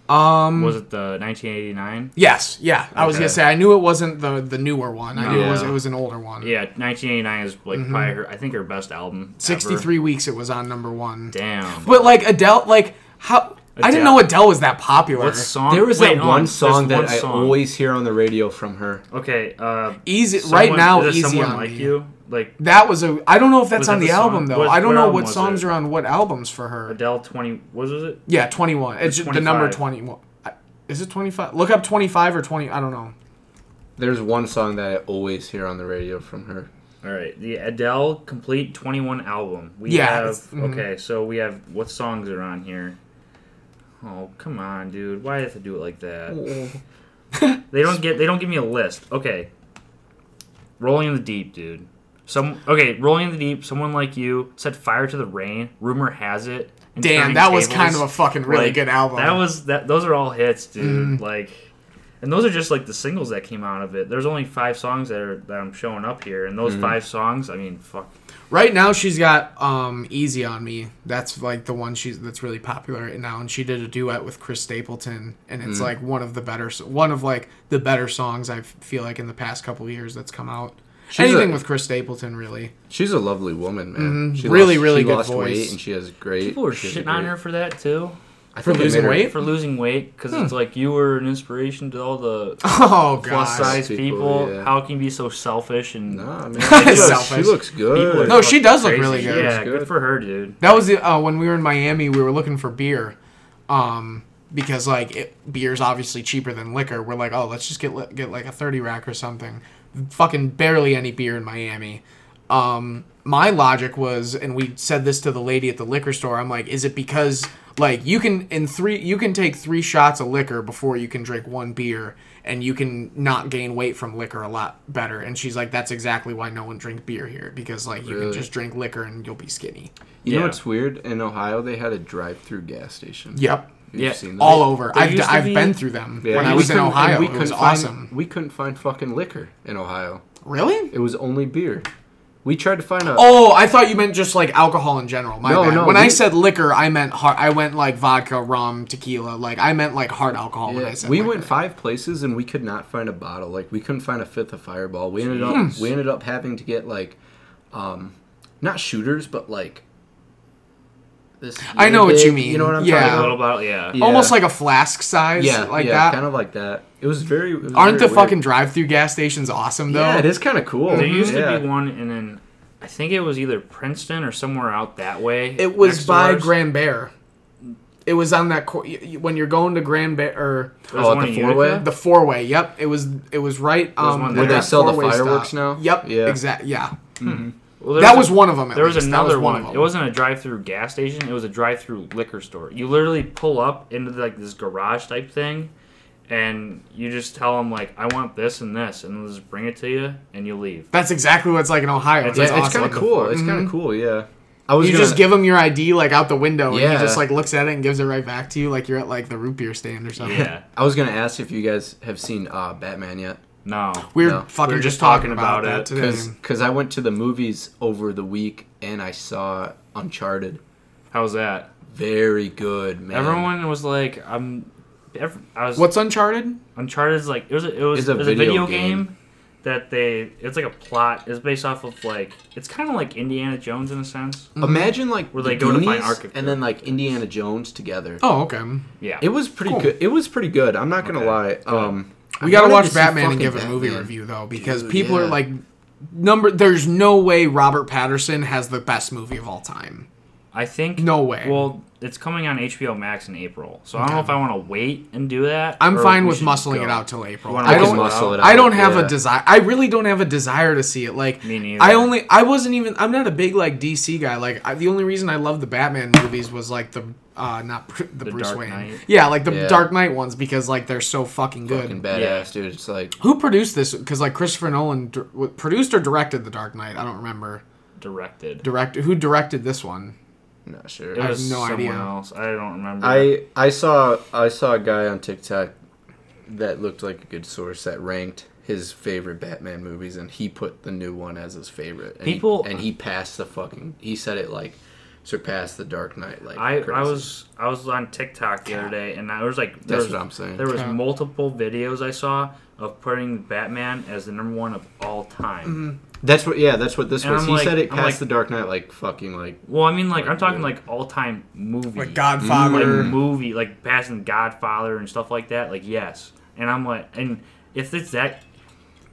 S1: that? Um, was it the 1989?
S3: Yes, yeah. I was gonna
S2: Okay.
S3: say I knew it wasn't the the newer one. I knew it was
S2: Yeah.
S3: it was an older one.
S1: Yeah, 1989 is like
S2: Mm-hmm.
S1: probably her. I think her best album. ever.
S3: 63 weeks it was on number one.
S1: Damn.
S3: But like Adele, like how I didn't
S1: Adele.
S3: know Adele was that popular.
S1: what song?
S2: There was
S1: Wait,
S2: that
S1: hold on.
S2: one
S1: There's
S2: song that
S1: one
S2: I
S1: song.
S2: always hear on the radio from her.
S1: Okay. Uh,
S3: Easy right
S1: Someone-
S3: now,
S1: is it
S3: easy
S1: someone
S3: on
S1: like
S3: me.
S1: you. Like
S3: That was a. I don't know if that's
S1: that
S3: on the,
S1: the song?
S3: album though.
S1: What-
S3: I don't
S1: what
S3: know
S1: album
S3: what
S1: was
S3: songs
S1: it?
S3: are on what albums for her.
S1: Adele 20. What was it?
S3: Yeah, 21. It's the
S1: 25.
S3: number 21. I- Is it 25? Look up 25 or 20. I don't know.
S2: There's one song that I always hear on the radio from her.
S1: All right, the Adele complete 21 album. We
S3: Yeah,
S1: have
S3: it's- mhm.
S1: okay, so we have what songs are on here? Oh come on, dude! Why do they have to do it like that? They don't get. They don't give me a list. Okay, Rolling in the Deep, dude. Some okay, Rolling in the Deep. Someone like you set fire to the rain. Rumor has it. and
S3: Damn,
S1: Turning
S3: that was
S1: Tables.
S3: kind of a fucking really
S1: Like,
S3: good album. Mm.
S1: That was that. Those are all hits, dude. Like, and those are just like the singles that came out of it. There's only five songs that are that I'm showing up here, and
S2: Mm-hmm.
S1: those five songs, I mean, fuck.
S3: right now she's got um Easy on Me. That's like the one she's that's really popular right now and she did a duet with Chris Stapleton and
S1: Mm.
S3: it's like one of the better s- one of like the better songs I feel like in the past couple of years that's come out.
S2: She's
S3: Anything
S2: a-
S3: with Chris Stapleton really.
S2: She's a lovely woman, man. She
S3: Really, really
S2: she
S3: good
S2: lost
S3: voice.
S2: Weight and she has great.
S1: People were
S2: she has a
S1: shitting on
S2: great-
S1: her for that too,
S2: I
S3: For
S2: think they
S3: losing
S2: made her-
S3: weight?
S1: for losing weight, because it's like you were an inspiration to all the
S3: Hmm. Oh
S1: plus
S3: god.
S1: size
S2: People,
S1: people.
S2: yeah.
S1: How can you be so selfish and?
S2: Nah, man. She looks, she
S3: Selfish.
S2: looks
S1: People are
S2: good.
S3: No, she
S1: fucking
S3: does look really good.
S1: Yeah,
S2: Looks
S1: good.
S2: good.
S1: for her, dude.
S3: That was the uh, when we were in Miami. We were looking for beer, um, because like it, beer's obviously cheaper than liquor. We're like, oh, let's just get li- get like a thirty rack or something. Fucking barely any beer in Miami. Um, my logic was, and we said this to the lady at the liquor store. I'm like, is it because like you can in three you can take three shots of liquor before you can drink one beer and you can not gain weight from liquor a lot better and she's like that's exactly why no one drink beer here because like you can
S2: Really?
S3: just drink liquor and you'll be skinny
S2: You know
S1: Yeah.
S2: what's weird? In Ohio, they had a drive-through gas station.
S3: yep
S2: You've
S1: Yeah.
S2: seen that?
S3: all over.
S1: There
S3: I've,
S1: used to
S3: I've
S1: be-
S3: been through them
S2: Yeah,
S3: when
S2: and
S3: I
S2: we
S3: was in
S2: couldn't- and
S3: Ohio.
S2: we
S3: it
S2: couldn't
S3: was
S2: find-
S3: awesome.
S2: We couldn't find fucking liquor in Ohio.
S3: Really?
S2: It was only beer. We tried to find a.
S3: Oh, I thought you meant just like alcohol in general. My
S2: No,
S3: bad.
S2: no,
S3: when I
S2: we-
S3: said liquor, I meant hard. I went like vodka, rum, tequila. Like I meant like hard alcohol when
S2: Yeah,
S3: I said
S2: we
S3: liquor.
S2: went five places and we could not find a bottle. Like we couldn't find a fifth of Fireball. We ended
S3: Hmm.
S2: up we ended up having to get like, um, not shooters, but like. This
S3: I know
S2: really
S3: what you
S2: big-
S3: mean.
S2: You know what I'm
S3: Yeah.
S1: Like a
S2: talking about?
S1: little bottle, yeah.
S2: Yeah.
S3: Almost like a flask size,
S2: Yeah,
S3: like
S2: yeah,
S3: that.
S2: kind of like that. It was very. it was
S3: Aren't the
S2: very weird.
S3: fucking drive-through gas stations awesome though?
S2: Yeah, it is kind of cool.
S1: There used
S2: Yeah.
S1: to be one, and then I think it was either Princeton or somewhere out that way.
S3: It was
S1: next
S3: by
S1: doors.
S3: Grand Bear. It was on that cor- y- y- when you're going to Grand Bay or
S1: There's
S2: Oh, at
S1: one
S2: the
S1: in
S2: four-way?
S1: Utica?
S3: the four way. Yep, it was it was right
S1: one
S3: um, where
S1: there.
S3: that
S1: They
S2: sell the
S3: four-way
S2: fireworks now?
S3: stop. Yep,
S2: Yeah.
S3: yeah, exactly. Yeah,
S1: Well, there
S3: that
S1: a-
S3: was one of them. At
S1: There was
S3: least. That
S1: another
S3: one.
S1: one.
S3: of 'em.
S1: It wasn't a drive-through gas station. It was a drive-through liquor store. You literally pull up into like this garage type thing, and you just tell them like, "I want this and this," and they'll just bring it to you, and you leave.
S3: That's exactly what it's like in Ohio.
S1: It's-
S2: Yeah,
S3: That's
S2: it's
S3: awesome. Mm-hmm.
S2: kind of cool. It's kind of cool. Yeah. I was
S3: You
S2: gonna-
S3: just give him your ID like out the window, and
S2: Yeah.
S3: he just like looks at it and gives it right back to you, like you're at like the root beer stand or something.
S1: Yeah.
S2: I was gonna ask if you guys have seen uh, Batman yet,
S1: No.
S3: We were
S2: No.
S3: fucking
S1: We were
S3: just,
S1: just
S3: talking
S1: talking
S3: about,
S1: about
S3: that
S1: it,
S3: today.
S2: because I went to the movies over the week and I saw Uncharted.
S1: How's that?
S2: Very good, man.
S1: Everyone was like, "I'm." Every, I was.
S3: What's Uncharted?
S1: Uncharted's like it was a, it was,
S2: It's a
S1: it was a
S2: video
S1: video,
S2: game.
S1: game. that they it's like a plot. It's based off of like it's kind of like Indiana Jones in a sense.
S2: Mm. Imagine like
S1: Where
S2: the
S1: they go to find
S2: Goonies
S1: architecture.
S2: and then like Indiana Jones together.
S3: Oh, okay.
S1: Yeah.
S2: It was pretty
S3: Cool.
S2: good. It was pretty good. I'm not gonna
S1: Okay.
S2: lie. Um,
S3: We
S2: I
S3: gotta
S2: wanted
S3: watch
S2: to see
S3: Batman
S2: fucking
S3: and give a movie
S2: Batman.
S3: review though, because
S2: Dude,
S3: people are
S2: yeah.
S3: like, number. There's no way Robert Patterson has the best movie of all time.
S1: I think
S3: No way.
S1: Well, it's coming on HBO Max in April, so I don't know if I want to wait and do that.
S3: I'm
S1: or
S3: fine
S1: we
S3: with
S1: should
S3: muscling
S1: go.
S3: it out till April.
S1: wanna
S3: I
S2: I
S1: muscle
S3: don't.
S2: can
S1: it out?
S2: muscle it.
S3: I don't have a
S2: yeah.
S3: desire. I really don't have a desire to see it. Like
S1: Me neither.
S3: I only. I wasn't even. I'm not a big like DC guy. Like I, the only reason I loved the Batman movies was like the uh not Bru- the, Bruce
S1: Dark
S3: Wayne.
S1: Knight.
S3: Yeah, like the
S2: Yeah.
S3: Dark Knight ones because like they're so fucking good.
S2: Fucking
S1: Yeah.
S2: badass, dude. It's like
S3: Who produced this? Because like Christopher Nolan dir- w- produced or directed the Dark Knight. I don't remember.
S1: directed.
S3: Directed. Who directed this one?
S2: not sure.
S1: it
S3: have
S1: was
S3: no
S1: someone
S3: idea.
S1: else. I don't remember.
S2: I I saw I saw a guy on TikTok that looked like a good source that ranked his favorite Batman movies, and he put the new one as his favorite. And
S1: People-
S2: he, and he passed the fucking. He said it like surpassed the Dark Knight. Like
S1: I, I
S2: crazy.
S1: was I was on TikTok the other day, and I was like, there
S2: That's
S1: was,
S2: what I'm saying.
S1: There was
S3: Yeah.
S1: multiple videos I saw of putting Batman as the number one of all time.
S3: Mm-hmm.
S2: That's what. Yeah, that's what this
S1: And
S2: was.
S1: I'm
S2: He
S1: like-
S2: said it
S1: I'm
S2: passed
S1: like-
S2: the Dark Knight. Like fucking like.
S1: Well, I mean, like I'm talking
S2: Yeah.
S1: like all time movie,
S3: Like Godfather.
S1: like movie, like passing Godfather and stuff like that. Like yes, and I'm like, and if it's that,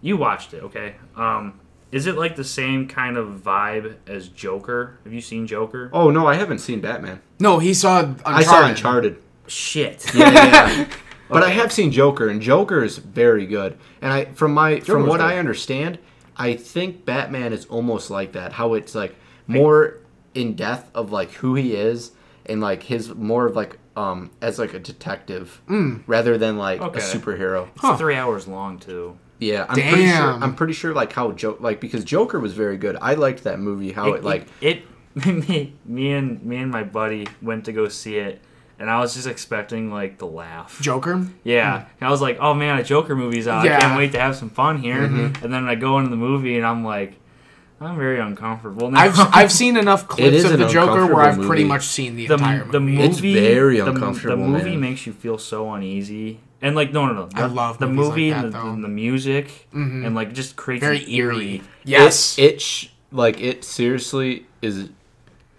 S1: you watched it, okay? Um, is it like the same kind of vibe as Joker? Have you seen Joker?
S2: Oh no, I haven't seen Batman.
S3: No, he saw Uncharted.
S2: I saw Uncharted.
S1: Shit.
S2: Yeah, yeah. but I
S1: Okay.
S2: have seen Joker, and Joker is very good. And I, from my, from
S1: was
S2: what I
S1: good.
S2: understand, I think Batman is almost like that. How it's like more in depth of like who he is, and like his more of like um as like a detective rather than like
S1: Okay.
S2: a superhero.
S1: It's three hours long too.
S2: Yeah, I'm pretty sure.
S3: Damn.
S2: I'm pretty sure like how Joker, like because Joker was very good. I liked that movie. How it, like
S1: it, me, me and me and my buddy went to go see it, and I was just expecting like the laugh.
S3: Joker.
S1: Yeah. And I was like, oh man, a Joker movie's out.
S3: Mm-hmm. Yeah. Mm-hmm.
S1: I can't wait to have some fun here. And then I go into the movie and I'm like, I'm very uncomfortable now.
S3: I've I've seen enough clips
S2: is
S3: of
S2: an
S3: the Joker where I've
S2: uncomfortable movie.
S3: pretty much seen the,
S1: the,
S3: entire
S1: the
S3: movie.
S1: movie.
S2: It's very
S1: the m-
S2: uncomfortable,
S1: The, movie
S2: man.
S1: makes you feel so uneasy. And like no no no, the,
S3: I love
S1: the
S3: movies
S1: movie
S3: like
S1: and, the,
S3: that, though. Mm-hmm.
S1: and the music and like just creates an
S3: Very eerie.
S1: eerie.
S3: Yes.
S2: it, it sh- like it seriously is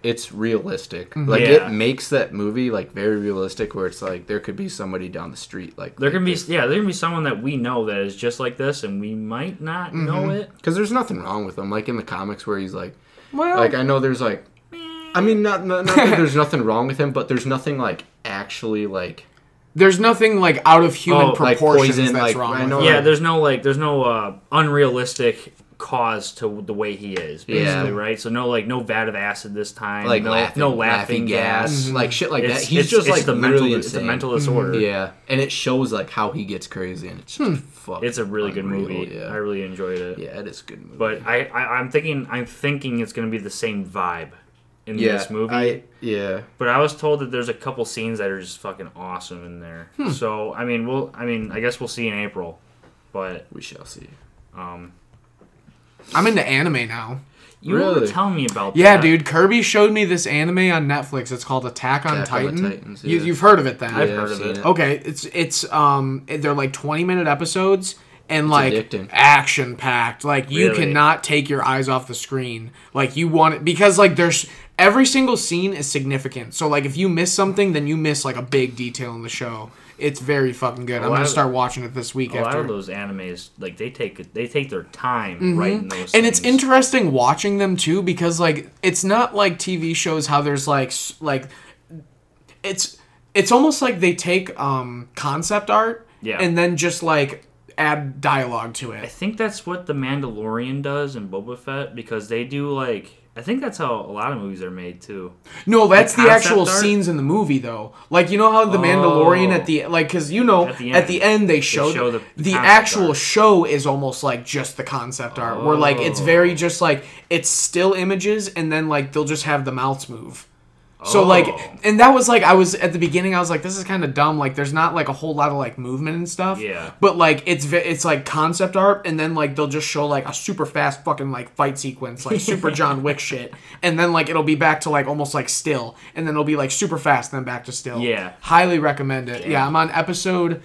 S2: it's realistic like
S1: Mm-hmm. Yeah.
S2: it makes that movie like very realistic where it's like there could be somebody down the street like
S1: There can be yeah, there can be someone that we know that is just like this, and we might not
S3: Mm-hmm.
S1: know it.
S2: because there's nothing wrong with him like in the comics where he's like
S3: well,
S2: like i know there's like i mean not, not, not that there's nothing wrong with him but there's nothing like actually like
S3: there's nothing like out of human
S1: Oh,
S2: like
S3: proportions
S2: poison,
S3: that's
S2: like,
S3: wrong.
S2: I
S3: with
S2: know
S3: it.
S1: Yeah,
S2: Right.
S1: there's no like, there's no uh, unrealistic cause to the way he is, basically,
S2: Yeah.
S1: right? So no like no vat of acid this time,
S2: like
S1: no,
S2: laughing,
S1: no
S2: Mm-hmm.
S1: laughing gas.
S2: like shit like
S1: It's,
S2: that he's
S1: it's-
S2: just
S1: it's
S2: like
S1: the mental,
S2: literally
S1: it's a
S2: insane. Mm-hmm.
S1: mental disorder. Hmm.
S2: yeah and it shows like how he gets crazy and it's just fucking
S1: it's a really good
S2: unreal,
S1: movie. I
S2: yeah
S1: really enjoyed it.
S2: yeah it is a good movie
S1: But I, I, I'm thinking, I'm thinking it's gonna be the same vibe in
S2: yeah,
S1: this movie.
S2: I, yeah
S1: But I was told that there's a couple scenes that are just fucking awesome in there.
S2: Hmm.
S1: So I mean, we'll, I mean, I guess we'll see in April. But
S2: We shall see.
S1: um,
S3: I'm into anime now.
S1: you were
S2: Really?
S1: telling me about
S3: Yeah,
S1: that.
S3: dude. Kirby showed me this anime on Netflix. It's called Attack on
S2: Attack on the
S3: Titan.
S2: Titans,
S3: you,
S2: yeah.
S3: You've heard of it then?
S1: I've
S2: Yeah,
S1: heard
S2: I've
S1: of
S2: seen
S1: it.
S2: it. Oh,
S3: Okay, it's it's um they're like 20 minute episodes and like
S2: addicting.
S3: action packed. Like you
S1: Really?
S3: cannot take your eyes off the screen. Like you want it because like there's every single scene is significant. So like if you miss something, then you miss like a big detail in the show. It's very fucking good. I'm
S1: lot
S3: gonna
S1: of-
S3: start watching it this week
S1: a lot of
S3: after.
S1: those animes like they take they take their time
S2: Mm-hmm.
S1: writing those
S3: And it's
S1: things.
S3: interesting watching them too because like it's not like TV shows how there's like s- like it's it's almost like they take um, concept art
S1: Yeah.
S3: and then just like add dialogue to
S1: I
S3: it.
S1: think that's what the Mandalorian does in Boba Fett because they do like I think that's how a lot of movies are made too.
S3: No, that's the,
S1: concept
S3: actual
S1: art? Oh.
S3: scenes in the movie though. Like you know how the Mandalorian at the like cuz you know at
S1: At
S3: the
S1: the
S3: end, they show,
S1: show
S3: the,
S1: the
S3: the
S1: concept
S3: actual
S1: art.
S3: show is almost like just the concept art where like it's very
S1: Oh.
S3: just like it's still images and then like they'll just have the mouths move. So like
S1: Oh.
S3: and that was like I was at the beginning I was like this is kind of dumb like there's not like a whole lot of like movement and stuff.
S1: Yeah.
S3: But like it's ve- it's like concept art, and then like they'll just show like a super fast fucking like fight sequence, like super John Wick shit, and then like it'll be back to like almost like still, and then it'll be like super fast, then back to still.
S1: Yeah.
S3: highly recommend it. Yeah, I'm on episode.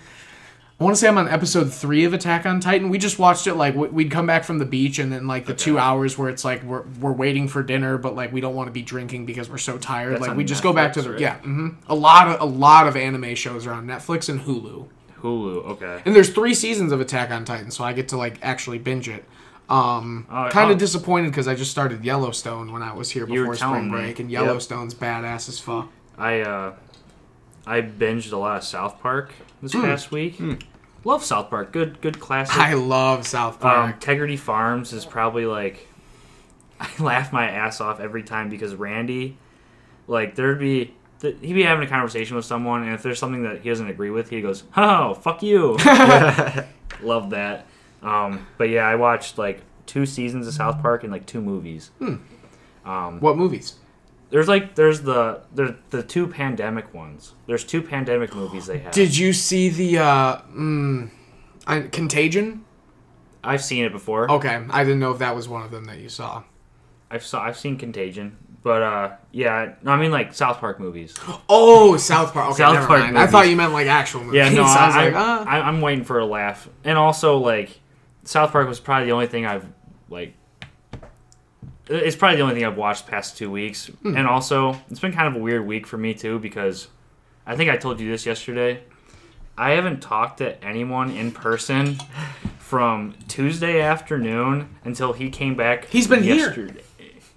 S3: I want to say I'm on episode three of Attack on Titan. We just watched it like w- we'd come back from the beach, and then like the two hours where it's like we're we're waiting for dinner, but like we don't want to be drinking because we're so tired.
S1: That's
S3: like
S1: on
S3: we just go back to
S1: Netflix,
S3: the
S1: right?
S3: yeah. hmm A lot of a lot of anime shows are on Netflix and Hulu.
S1: Hulu, okay.
S3: And there's three seasons of Attack on Titan, so I get to like actually binge it. Um,
S1: Oh,
S3: kind
S1: oh.
S3: of disappointed because I just started Yellowstone when I was here
S1: You were
S3: before spring
S1: telling me.
S3: break, and
S1: Yep.
S3: Yellowstone's badass as fuck.
S1: I uh I binged a lot of South Park this past week. Love South Park. Good good classic.
S3: I love South
S1: Um,
S3: Park.
S1: Integrity Farms is probably like I laugh my ass off every time because Randy, like there'd be th- he'd be having a conversation with someone, and if there's something that he doesn't agree with, he goes, "Oh, fuck you." Love that. Um, but yeah, I watched like two seasons of South Park and like two movies.
S3: Hmm.
S1: Um,
S3: what movies?
S1: There's like there's the there's the two pandemic ones. There's two pandemic movies they have.
S3: Did you see the uh, mm, I, Contagion?
S1: I've seen it before.
S3: Okay, I didn't know if that was one of them that you saw.
S1: I've saw I've seen Contagion, but uh, yeah, no, I mean like South Park movies.
S3: Oh, South Park. Okay,
S1: South
S3: never
S1: Park
S3: mind. I thought you meant like actual movies.
S1: Yeah, no,
S3: I was
S1: I,
S3: like,
S1: I,
S3: ah.
S1: I, am waiting for a laugh. And also, like, South Park was probably the only thing I've, like, it's probably the only thing I've watched past two weeks.
S3: Hmm.
S1: And also, it's been kind of a weird week for me, too, because I think I told you this yesterday. I haven't talked to anyone in person from Tuesday afternoon until he came back.
S3: He's been here.
S1: here.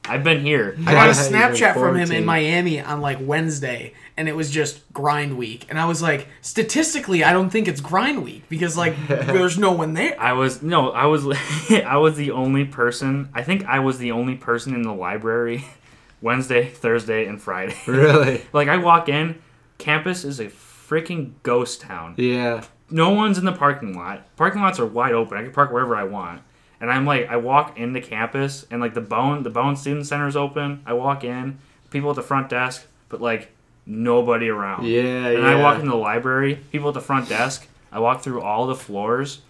S1: I've been here.
S3: I got a
S2: Yeah, you're in
S3: Snapchat from him
S2: quarantine.
S3: in Miami on like Wednesday, and it was just grind week. And I was like, statistically, I don't think it's grind week because like there's no one there.
S1: I was no, I was I was the only person. I think I was the only person in the library Wednesday, Thursday, and Friday.
S2: Really?
S1: like I walk in, campus is a freaking ghost town.
S2: Yeah.
S1: No one's in the parking lot. Parking lots are wide open. I can park wherever I want. And I'm like, I walk into campus, and like the Bone, the Bone Student Center is open. I walk in, people at the front desk, but like nobody around.
S2: Yeah,
S1: And
S2: yeah.
S1: I walk into the library, people at the front desk. I walk through all the floors,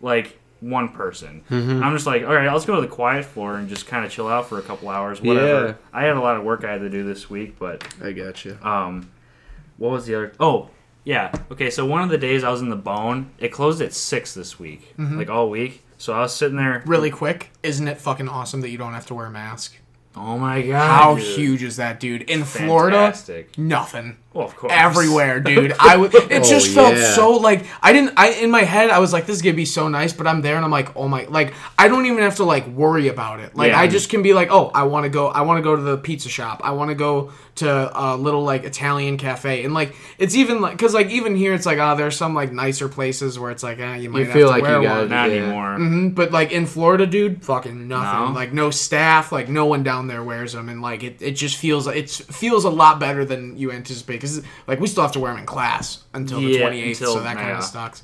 S1: like one person.
S2: Mm-hmm.
S1: I'm just like, all right, let's go to the quiet floor and just kind of chill out for a couple hours, whatever.
S2: Yeah.
S1: I had a lot of work I had to do this week, but
S2: I got you.
S1: um, what was the other? Oh, yeah. Okay, so one of the days I was in the bone. It closed at six this week,
S3: Mm-hmm.
S1: like all week. So I was sitting there.
S3: Really quick, isn't it fucking awesome that you don't have to wear a mask?
S1: Oh my god!
S3: How
S1: dude.
S3: huge is that, dude? In Florida,
S1: Fantastic.
S3: nothing.
S1: Well, of course.
S3: Everywhere, dude. I would. It just
S2: Oh,
S3: felt
S2: yeah.
S3: so like I didn't. I in my head, I was like, "This is gonna be so nice," but I'm there and I'm like, "Oh my!" Like I don't even have to like worry about it. Like
S1: Yeah.
S3: I just can be like, "Oh, I want to go. I want to go to the pizza shop. I want to go to a little like Italian cafe." And like it's even like because like even here, it's like ah, there's some like nicer places where it's like ah, you might have
S2: feel
S3: to
S2: like you
S3: wear
S2: gotta
S3: one.
S1: Not
S2: Yeah.
S1: anymore.
S3: Mhm, But like in Florida, dude, fucking nothing.
S1: No.
S3: Like no staff, like no one down there wears them, and like it, it just feels it feels a lot better than you anticipate because like we still have to wear them in class until the
S1: Yeah,
S3: twenty eighth, so
S1: until-
S3: that kind
S1: yeah.
S3: of sucks.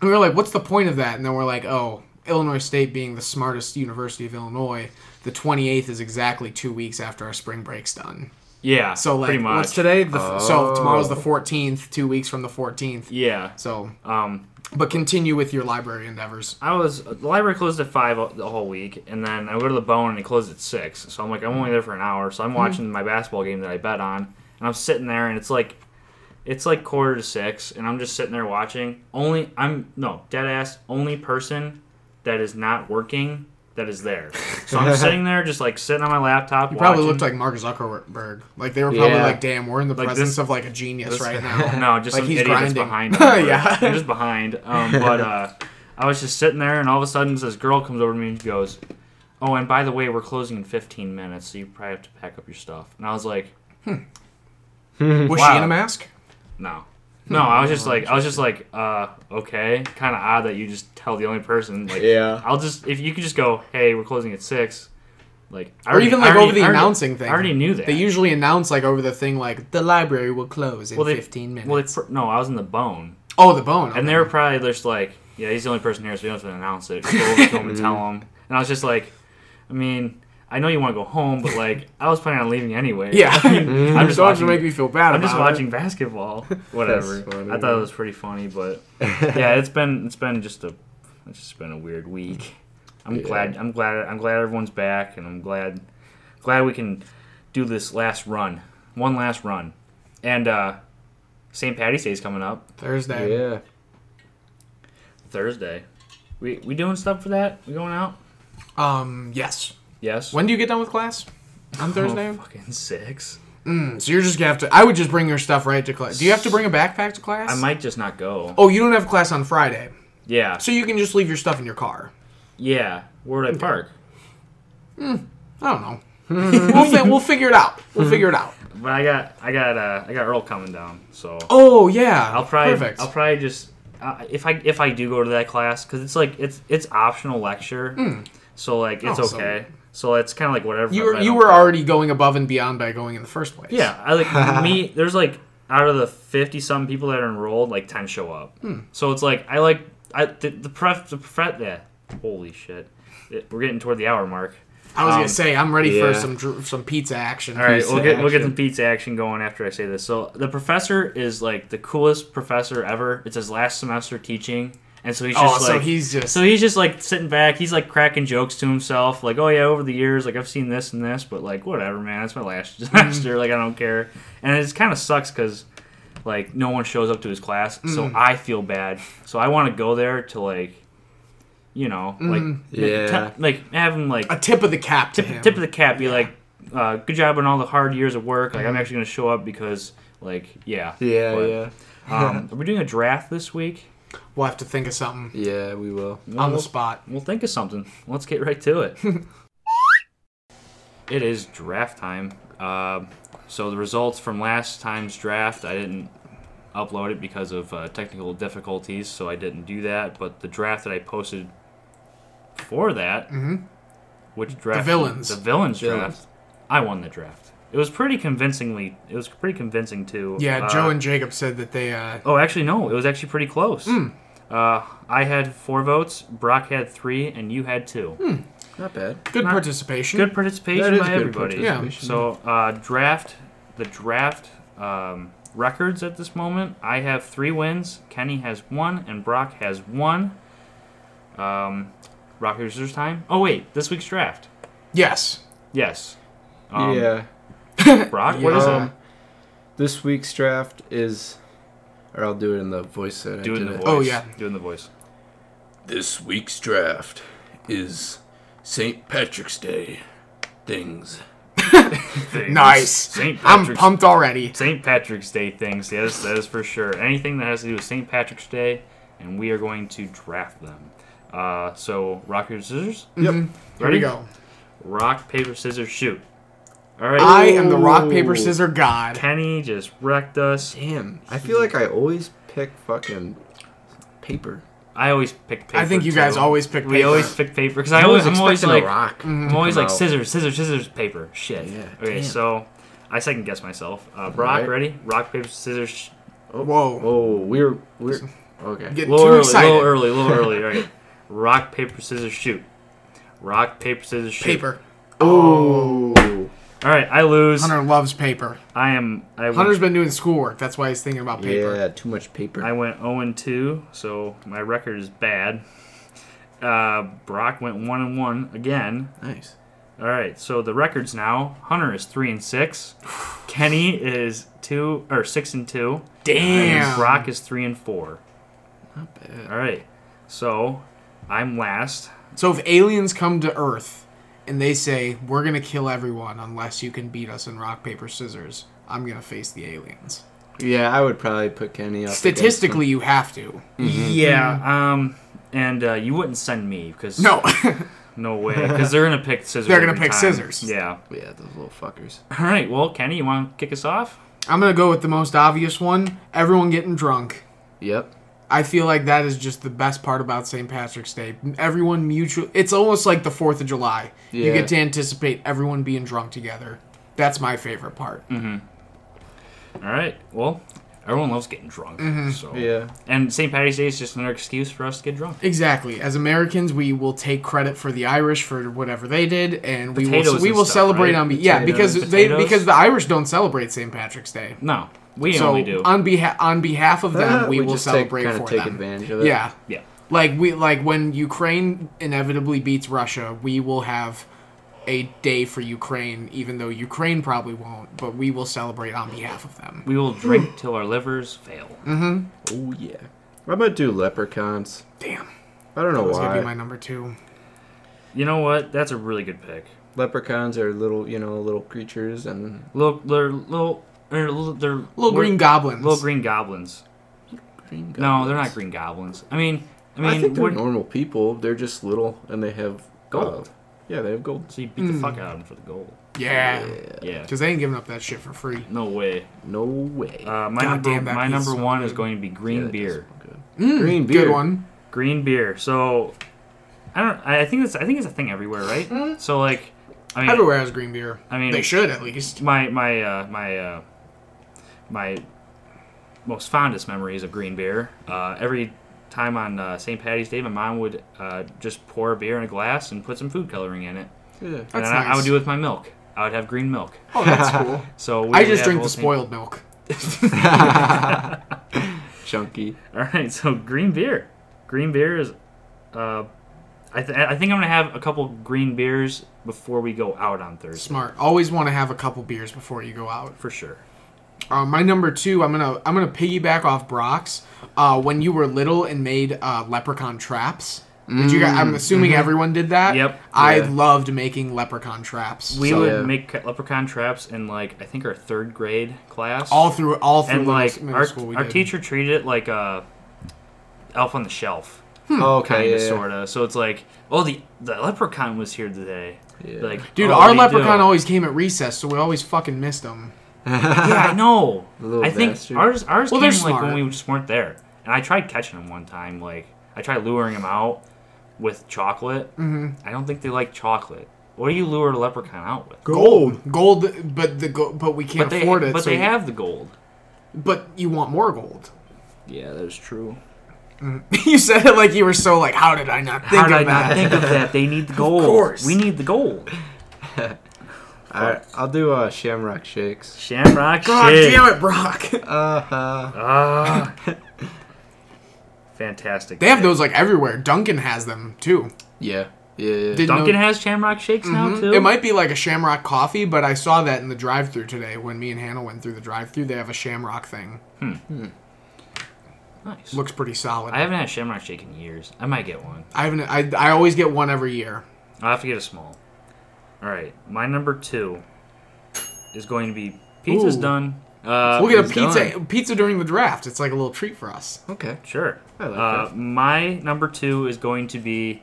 S3: And we were like, what's the point of that? And then we're like, oh, Illinois State being the smartest university of Illinois, the twenty eighth is exactly two weeks after our spring break's done.
S1: Yeah.
S3: So like,
S1: pretty much.
S3: what's today? The, f So
S2: Oh.
S3: tomorrow's the fourteenth, two weeks from the fourteenth.
S1: Yeah.
S3: So,
S1: Um,
S3: but continue with your library endeavors.
S1: I was the library closed at five o- the whole week, and then I go to the bone and it closed at six. So I'm like, I'm only there for an hour. So
S3: Hmm.
S1: I'm watching my basketball game that I bet on, and I'm sitting there, and it's like, it's like quarter to six, and I'm just sitting there watching. Only I'm no dead ass only person that is not working that is there. So I'm sitting there just like sitting on my laptop. You
S3: probably looked like Mark Zuckerberg. Like they were probably
S2: Yeah.
S3: like, "Damn, we're in the
S1: Like
S3: presence
S1: this-
S3: of like a genius
S1: this-
S3: right now."
S1: No, just
S3: Like,
S1: some
S3: he's
S1: idiot
S3: grinding.
S1: that's behind. him.
S3: Yeah.
S1: They're just behind. Um, but uh, I was just sitting there, and all of a sudden, this girl comes over to me and goes, "Oh, and by the way, we're closing in 15 minutes, so you probably have to pack up your stuff." And I was like,
S3: Was
S1: Wow.
S3: she in a mask?
S1: No. No, I was just like I was just like, uh, okay. Kinda odd that you just tell the only person like
S2: Yeah.
S1: I'll just if you could just go, Hey, we're closing at six like I
S3: Or
S1: already-
S3: even
S1: I
S3: like
S1: already-
S3: over the
S1: I already-
S3: announcing thing.
S1: I already knew that.
S3: They usually announce like over the thing like the library will close in
S1: Well, they-
S3: 15 minutes.
S1: well, they, fir- no, I was in the bone,
S3: oh, the bone.
S1: and
S3: okay.
S1: they were probably just like, "Yeah, he's the only person here, so we don't have to announce it." Go over to him and tell
S3: Mm-hmm.
S1: him. And I was just like, "I mean, I know you want to go home, but like, I was planning on leaving anyway."
S3: Yeah. Mm-hmm.
S1: I mean, I'm just
S3: Don't have to
S1: watching.
S3: make me feel bad.
S1: I'm just
S3: about it.
S1: watching basketball. Whatever.
S2: That's funny,
S1: I thought it was pretty funny, but yeah, it's been it's been just a it's just been a weird week. I'm
S2: Yeah.
S1: glad I'm glad I'm glad everyone's back, and I'm glad glad we can do this last run, one last run, and uh, St. Patty's Day is coming up.
S3: Thursday.
S2: Yeah.
S1: Thursday. We we doing stuff for that? We going out?
S3: Um. Yes.
S1: Yes.
S3: When do you get done with class? On Thursday.
S1: Oh, fucking six.
S3: Mm, so you're just gonna have to. I would just bring your stuff right to class. Do you have to bring a backpack to class?
S1: I might just not go.
S3: Oh, you don't have class on Friday,
S1: Yeah.
S3: so you can just leave your stuff in your car.
S1: Yeah. Where would I park?
S3: I don't know. we'll, fi- we'll figure it out. We'll figure it out.
S1: But I got I got uh I got Earl coming down, so
S3: Oh yeah.
S1: I'll probably
S3: Perfect.
S1: I'll probably just uh, if I if I do go to that class because it's like it's it's optional lecture, so like it's
S3: Hmm. Oh, so-
S1: okay. So it's kind of like whatever.
S3: you
S1: if
S3: were
S1: I
S3: you
S1: don't
S3: were
S1: go.
S3: already going above and beyond by going in the first place.
S1: Yeah, I like me. There's like out of the fifty some people that are enrolled, like ten show up.
S3: Hmm.
S1: So it's like I like I the, the pref the pref yeah. Holy shit, It- we're getting toward the hour mark.
S3: I was
S1: Um,
S3: gonna say I'm ready for
S2: yeah.
S3: some dr- some pizza action.
S1: All right,
S2: Pizza
S1: we'll get we'll get
S2: action.
S1: some pizza action going after I say this. So the professor is like the coolest professor ever. It's his last semester teaching, and so he's
S3: Oh,
S1: just
S3: so
S1: like
S3: he's just.
S1: so he's just like sitting back. He's like cracking jokes to himself, like, "Oh yeah, over the years, like I've seen this and this, but like whatever, man. It's my last
S2: Mm.
S1: semester. Like I don't care." And it kind of sucks because like no one shows up to his class, so
S2: Mm.
S1: I feel bad. So I want to go there to like, you know,
S2: Mm.
S1: like
S2: Yeah.
S1: te- like have him like
S3: a tip of the cap to him.
S1: tip of the cap, be like, uh, "Good job on all the hard years of work. Like I'm actually gonna show up because like yeah,
S2: Mm. Yeah,
S1: But,
S2: yeah.
S1: Um, are we doing a draft this week?
S3: we'll have to think of something
S2: Yeah, we will.
S3: on the
S1: Well,
S3: spot.
S1: Well, think of something. Let's get right to it. it is draft time. Um so the results from last time's draft, I didn't upload it because of uh, technical difficulties, so I didn't do that. But the draft that I posted for that, which draft?
S3: Mm-hmm. villains.
S1: The villains
S2: Villains.
S1: draft. I won the draft. It was pretty convincingly. It was pretty convincing too.
S3: Yeah,
S1: Uh,
S3: Joe and Jacob said that they. uh
S1: Oh, actually, no. It was actually pretty close.
S3: Hmm.
S1: Uh, I had four votes. Brock had three, and you had two.
S2: Not bad.
S3: Good
S1: Not-
S3: participation.
S1: Good participation
S2: Hmm. That is
S1: by
S2: good
S1: everybody.
S2: participation.
S1: So uh, draft the draft um, records at this moment. I have three wins. Kenny has one, and Brock has one. Um, Rock Users time. Oh wait, this week's draft.
S3: Yes.
S1: Yes. Um,
S2: yeah.
S1: Brock, what is
S3: Yeah.
S1: it?
S2: This week's draft is, or I'll do it in the voice that I
S1: Doing
S2: did
S1: the
S2: it.
S1: voice.
S3: Oh, yeah.
S1: Doing the voice.
S2: This week's draft is St. Patrick's Day things.
S3: Nice.
S1: St.
S3: I'm
S1: Patrick's.
S3: pumped already.
S1: St. Patrick's Day things. Yes, that is for sure. Anything that has to do with St. Patrick's Day, and we are going to draft them. Uh, so rock paper scissors.
S2: Yep.
S3: Here we go.
S1: Rock paper scissors shoot. All right.
S3: I am the rock paper
S2: Ooh.
S3: scissor god.
S1: Kenny just wrecked us.
S2: Damn. I feel like I always pick fucking paper.
S1: I always pick paper.
S3: I think you guys
S1: too.
S3: always pick paper. Mm-hmm.
S1: We always pick paper because I always I'm always like
S2: expecting a rock.
S1: I'm always like
S2: out.
S1: scissors scissors scissors paper shit.
S2: Yeah,
S1: okay,
S2: damn.
S1: so I second guess myself. Uh, Brock,
S2: right.
S1: ready? Rock paper scissors. Sh-
S3: Whoa.
S2: Oh, we're we're okay.
S3: Get
S1: little
S3: too
S1: early,
S3: excited.
S1: little early, little early. All right. Rock, paper, scissors, shoot. Rock, paper, scissors, shoot.
S3: Paper.
S2: Oh.
S1: All right, I lose.
S3: Hunter loves paper.
S1: I am. I
S3: Hunter's
S1: went,
S3: been doing schoolwork. That's why he's thinking about paper.
S2: Yeah, too much paper.
S1: I went 0 and 2, so my record is bad. Uh, Brock went 1 and 1 again.
S2: nice.
S1: All right, so the records now. Hunter is 3 and 6. Kenny is 2 or 6 and 2.
S3: Damn.
S1: And Brock is 3 and 4.
S2: Not bad.
S1: All right. So, I'm last.
S3: So if aliens come to Earth and they say we're gonna kill everyone unless you can beat us in rock paper scissors, I'm gonna face the aliens.
S2: Yeah, I would probably put Kenny up.
S3: Statistically, you have to.
S1: Yeah. Um and uh, you wouldn't send me because
S3: Mm-hmm. No,
S1: No way, because they're gonna pick scissors.
S3: They're gonna
S1: every
S3: pick
S1: time.
S3: scissors.
S1: Yeah.
S2: against him. Yeah, those little fuckers.
S1: All right. Well, Kenny, you want to kick us off?
S3: I'm gonna go with the most obvious one. Everyone getting drunk.
S2: Yep.
S3: I feel like that is just the best part about St. Patrick's Day. Everyone mutual. It's almost like the Fourth of July. You
S2: Yeah.
S3: get to anticipate everyone being drunk together. That's my favorite part.
S1: All right. Well, everyone loves getting drunk.
S3: Mm-hmm.
S1: So
S2: Yeah.
S1: And St. Patty's Day is just another excuse for us to get drunk.
S3: Exactly. As Americans, we will take credit for the Irish for whatever they did, and we will
S1: Potatoes
S3: we
S1: and
S3: will
S1: stuff,
S3: celebrate
S1: right?
S3: on. Be- yeah, because
S1: Potatoes.
S3: they
S1: Potatoes?
S3: because the Irish don't celebrate St. Patrick's Day.
S1: No, we
S3: so
S1: only do.
S3: on behalf on behalf of them,
S2: Uh,
S3: we, will
S2: just
S3: celebrate
S2: kinda
S3: for
S2: take
S3: them.
S2: advantage of it.
S3: Yeah,
S1: yeah.
S3: like we like when Ukraine inevitably beats Russia, we will have a day for Ukraine, even though Ukraine probably won't. But we will celebrate on behalf of them.
S1: We will
S3: Hmm.
S1: drink till our livers fail.
S3: Mm.
S2: Oh yeah. I might do leprechauns.
S3: Damn,
S2: I don't know
S3: that was gonna
S2: why.
S3: be my number two.
S1: You know what? That's a really good pick.
S2: Leprechauns are little, you know, little creatures, and
S1: Little, they're little, they're little, they're
S3: Little green goblins.
S1: little green goblins.
S2: green
S1: No, they're not
S2: goblins.
S1: green goblins. I mean, I
S2: I,
S1: mean,
S2: think they're
S1: what-
S2: normal people. They're just little, and they have
S1: Gold.
S2: uh, yeah, they have gold.
S1: so you beat the
S3: Hmm.
S1: fuck out of them for the gold.
S3: yeah,
S1: Yeah.
S3: because they ain't giving up that shit for free.
S1: No way.
S2: No way.
S1: Uh, my
S3: God
S1: number,
S3: damn, that
S1: my
S3: pizza
S1: number
S3: smells
S1: one
S3: good.
S1: is going to be green
S2: Yeah, that does
S1: beer.
S2: smell good.
S3: Mm,
S2: Green
S3: Good
S2: beer.
S3: one.
S1: Green beer. So, I don't. I I think that's. I think it's a thing everywhere, right? so like, I mean,
S3: Hmm? Everywhere has green beer.
S1: I mean-
S3: they should at least.
S1: my my uh, my uh, my most fondest memories of green beer. Uh, every time on uh, St. Patty's Day, my mom would uh, just pour a beer in a glass and put some food coloring in it,
S2: Yeah.
S1: and
S3: That's
S1: then I, I
S3: nice.
S1: would do it with my milk. I would have green milk.
S3: Oh, that's cool.
S1: So we
S3: I
S1: would
S3: just
S1: have
S3: drink
S1: whole
S3: the
S1: thing-
S3: spoiled milk.
S2: Chunky.
S1: All right, so green beer. Green beer is. Uh, I, th- I think I'm gonna have a couple green beers before we go out on Thursday
S3: Smart. Always want to have a couple beers before you go out.
S1: for sure.
S3: Uh, my number two, I'm gonna I'm gonna piggyback off Brock's. Uh, when you were little and made uh, leprechaun traps, did you? Guys, I'm assuming everyone did that.
S1: Mm, mm-hmm. Yep.
S3: I
S2: Yeah.
S3: loved making leprechaun traps.
S1: We
S3: So-
S1: would
S2: Yeah.
S1: make leprechaun traps in like I think our third grade class.
S3: all through all through
S1: and
S3: middle,
S1: like
S3: middle
S1: our,
S3: school. We
S1: our
S3: did.
S1: teacher treated it like a elf on the shelf
S2: Oh, okay.
S1: kind of
S2: yeah, yeah.
S1: Hmm, sort of so it's like oh the the leprechaun was here today
S2: Yeah.
S1: like
S3: Dude,
S1: oh, what
S3: our
S1: do you do?
S3: leprechaun always came at recess, so we always fucking missed him.
S1: yeah I know
S2: Little
S1: I think
S2: bastard.
S1: ours ours
S3: Well,
S1: came
S3: they're
S1: like when
S3: smart.
S1: we just weren't there and I tried catching him one time like I tried luring him out with chocolate
S3: Mm-hmm.
S1: I don't think they like chocolate what do you lure a leprechaun out with
S3: Gold, gold, but the go- but we
S1: but
S3: can't
S1: they
S3: afford it.
S1: but
S3: so
S1: they
S3: you-
S1: have the gold
S3: But you want more gold.
S2: Yeah, that is true.
S3: you said it like you were so like, how did I not think
S1: how did
S3: of
S1: I
S3: that?
S1: not think of that they need the gold
S3: course.
S1: we need the gold
S2: All right, I'll do uh, Shamrock Shakes.
S1: Shamrock
S3: God
S1: shake.
S3: damn it, Brock.
S2: Uh huh.
S1: Ah. Fantastic.
S3: They have those like everywhere. Duncan has them too.
S2: Yeah. Yeah. yeah.
S3: Did-
S1: Duncan has shamrock shakes now too.
S3: Mm-hmm. It might be like a Shamrock coffee, but I saw that in the drive-through today when me and Hannah went through the drive-through. They have a Shamrock thing.
S1: Nice.
S3: Looks pretty solid.
S1: I haven't had a shamrock shake in years. I might get one.
S3: I haven't. I, I always get one every year.
S1: I'll have to get a small. All right, my number two is going to be pizza's
S3: Ooh.
S1: done. Uh,
S3: we'll get a
S2: it's
S3: pizza
S2: done.
S3: pizza during the draft. It's like a little treat for us.
S2: okay.
S1: Sure.
S2: I like
S1: uh, My number two is going to be.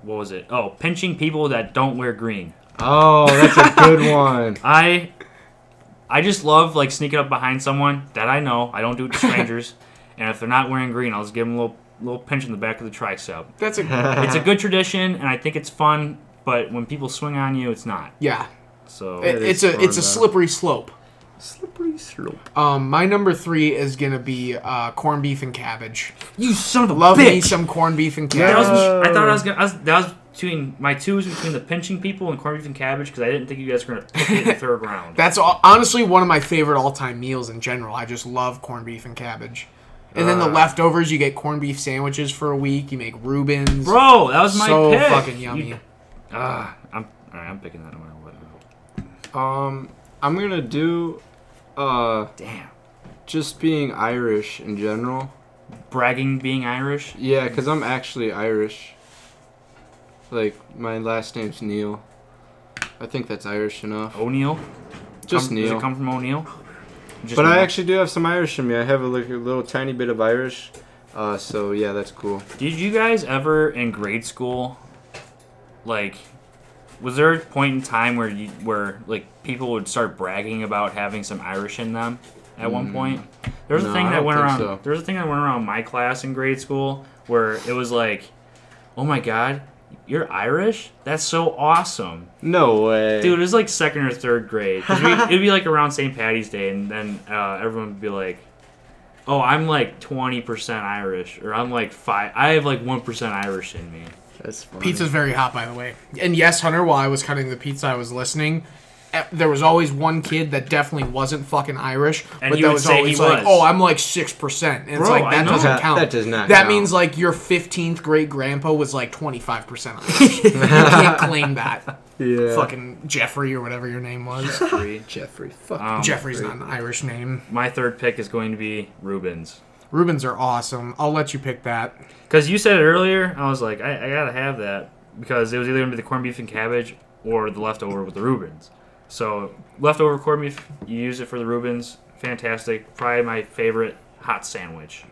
S1: What was it? Oh, pinching people that don't wear green.
S2: Oh, that's a good one.
S1: I I just love like sneaking up behind someone that I know. I don't do it to strangers. and if they're not wearing green, I'll just give them a little little pinch in the back of the tricep.
S3: That's a
S1: It's a good tradition, and I think it's fun. But when people swing on you, it's not.
S3: yeah.
S1: So
S3: It-
S2: is
S3: it's a it's
S2: fun, though.
S3: a slippery slope.
S2: Slippery slope.
S3: Um, my number three is gonna be uh, corned beef and cabbage.
S1: you son of a
S3: Love me some corned beef and
S1: That was,
S3: cabbage.
S1: I thought I
S2: Oh.
S1: was gonna. I was, that was between my twos between the pinching people and corned beef and cabbage because I didn't think you guys were gonna pick it in the third round.
S3: That's all, honestly one of my favorite all-time meals in general. I just love corned beef and cabbage. And
S1: Uh.
S3: then the leftovers, you get corned beef sandwiches for a week. You make Rubens.
S1: Bro, that was my
S3: so
S1: pick.
S3: fucking yummy.
S1: You- Ah, I'm all right. I'm picking that no matter what.
S2: Um, I'm gonna do, uh,
S1: Damn,
S2: just being Irish in general.
S1: bragging being Irish.
S2: Yeah, cause I'm actually Irish. Like my last name's Neil. I think that's Irish enough.
S1: O'Neill.
S2: Just
S1: come, Does
S2: Neil.
S1: it come from O'Neill? Just
S2: But I
S1: Neil.
S2: actually do have some Irish in me. I have a little, little tiny bit of Irish. Uh, so yeah, that's cool.
S1: did you guys ever in grade school, like, was there a point in time where you where like people would start bragging about having some Irish in them at one point? There was
S2: Mm. No,
S1: a
S2: I
S1: thing that
S2: don't
S1: went
S2: think
S1: around.
S2: so.
S1: There was a thing that went around my class in grade school where it was like, "Oh my god, you're Irish? That's so awesome!"
S2: No way.
S1: Dude, it was like second or third grade. 'Cause we- it'd be like around St. Patty's Day, and then uh, everyone would be like, "Oh, I'm like 20% Irish, or I'm like five. I have like 1% Irish in me."
S2: That's funny.
S3: Pizza's very hot, by the way. And yes, Hunter, while I was cutting the pizza, I was listening. Eh, There was always one kid that definitely wasn't fucking Irish,
S1: And
S3: but
S1: you
S3: that
S1: would
S3: was
S1: say he
S3: always
S1: was.
S3: like, "Oh, I'm like six percent." And it's
S1: Bro,
S3: like
S1: I
S3: that
S1: know.
S3: doesn't
S2: That-
S3: count.
S2: that does not
S3: That
S2: count.
S3: means like your 15th great grandpa was like 25 percent Irish. you can't claim that.
S2: Yeah.
S3: Fucking Jeffrey or whatever your name was.
S2: Jeffrey. Fuck.
S1: Um,
S3: Jeffrey's not an Irish name.
S1: My third pick is going to be Rubens.
S3: Rubens are awesome. I'll let you pick that.
S1: Because you said it earlier, I was like, I, I gotta have that because it was either gonna be the corned beef and cabbage or the leftover with the Rubens. So leftover corned beef, you use it for the Rubens, fantastic. Probably my favorite hot sandwich.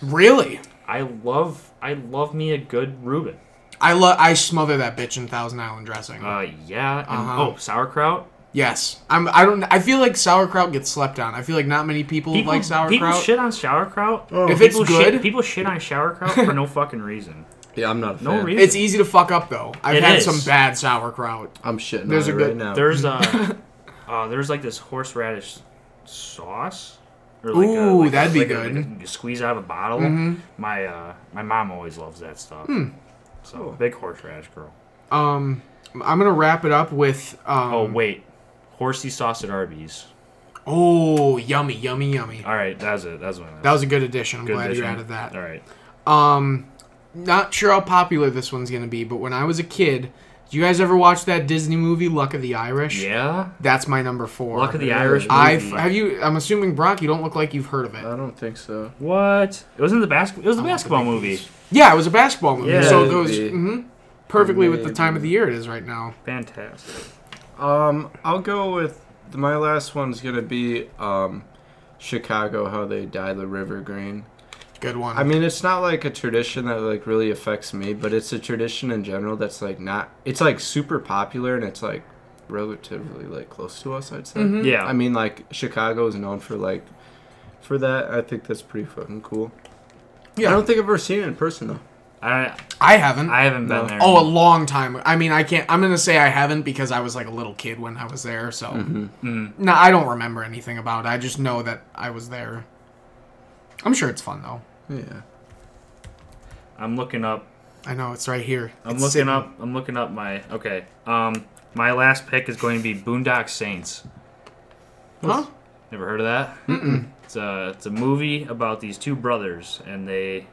S3: Really?
S1: I love, I love me a good Reuben.
S3: I love. I smother that bitch in Thousand Island dressing.
S1: Uh, yeah. and-
S3: Uh-huh.
S1: Oh, sauerkraut.
S3: Yes, I'm. I don't. I feel like sauerkraut gets slept on. I feel like not many people,
S1: People
S3: like
S1: People
S3: sauerkraut.
S1: shit on sauerkraut.
S3: If it's
S1: people
S3: good-
S1: shit, people shit on sauerkraut for no fucking reason.
S2: Yeah, I'm not a
S1: No
S2: fan.
S1: reason.
S3: It's easy to fuck up though. I've
S1: It
S3: had
S1: is.
S3: some bad sauerkraut.
S2: I'm shitting
S3: Those
S2: on
S3: are
S2: it right
S3: good.
S2: now.
S1: There's uh, uh, there's like this horseradish sauce. Or
S3: Ooh, that'd be
S1: a-
S3: good. Mm-hmm.
S1: you squeeze out of a bottle. My uh, my mom always loves that stuff.
S3: Hmm.
S1: So big horseradish girl.
S3: Um, I'm gonna wrap it up with. Um,
S1: Oh
S3: oh,
S1: wait, horsey sauce at Arby's.
S3: oh, yummy, yummy, yummy.
S1: All right, that's it. That's what.
S3: That was a good addition. I'm
S1: Good
S3: glad
S1: addition.
S3: you added that. Um,
S1: All right.
S3: Not sure how popular this one's gonna be, but when I was a kid, do you guys ever watch that Disney movie Luck of the Irish?
S1: Yeah.
S3: That's my number four.
S1: Luck of the
S2: Really?
S1: Irish.
S3: I've
S1: movie.
S3: have you. I'm assuming Brock, you don't look like you've heard of it.
S2: I don't think so.
S1: What? It was in the basket. It was the
S3: Oh,
S1: basketball movie.
S3: Yeah, it was a basketball movie.
S1: Yeah,
S3: so it
S2: it'd
S3: goes
S2: be-
S3: hmm perfectly with the
S2: Maybe.
S3: time of the year it is right now.
S1: Fantastic.
S2: Um, I'll go with my last one's gonna be um, Chicago. How they dye the river green.
S3: Good one.
S2: I mean, it's not like a tradition that like really affects me, but it's a tradition in general that's like not. It's like super popular and it's like relatively like close to us. I'd say.
S1: Yeah.
S2: I mean, like Chicago is known for like for that. I think that's pretty fucking cool.
S3: Yeah.
S2: I don't think I've ever seen it in person though.
S1: I
S3: I haven't.
S1: I haven't
S2: No.
S1: been there.
S3: oh, a long time. I mean, I can't. I'm gonna say I haven't because I was like a little kid when I was there. So
S1: Mm.
S3: no, I don't remember anything about it. I just know that I was there. I'm sure it's fun though.
S2: Yeah.
S1: I'm looking up
S3: I know it's right here.
S1: I'm
S3: It's
S1: looking
S3: sitting-
S1: up. I'm looking up my okay. Um, my last pick is going to be Boondock Saints.
S3: Huh?
S1: Never heard of that? It's a it's a movie about these two brothers, and they,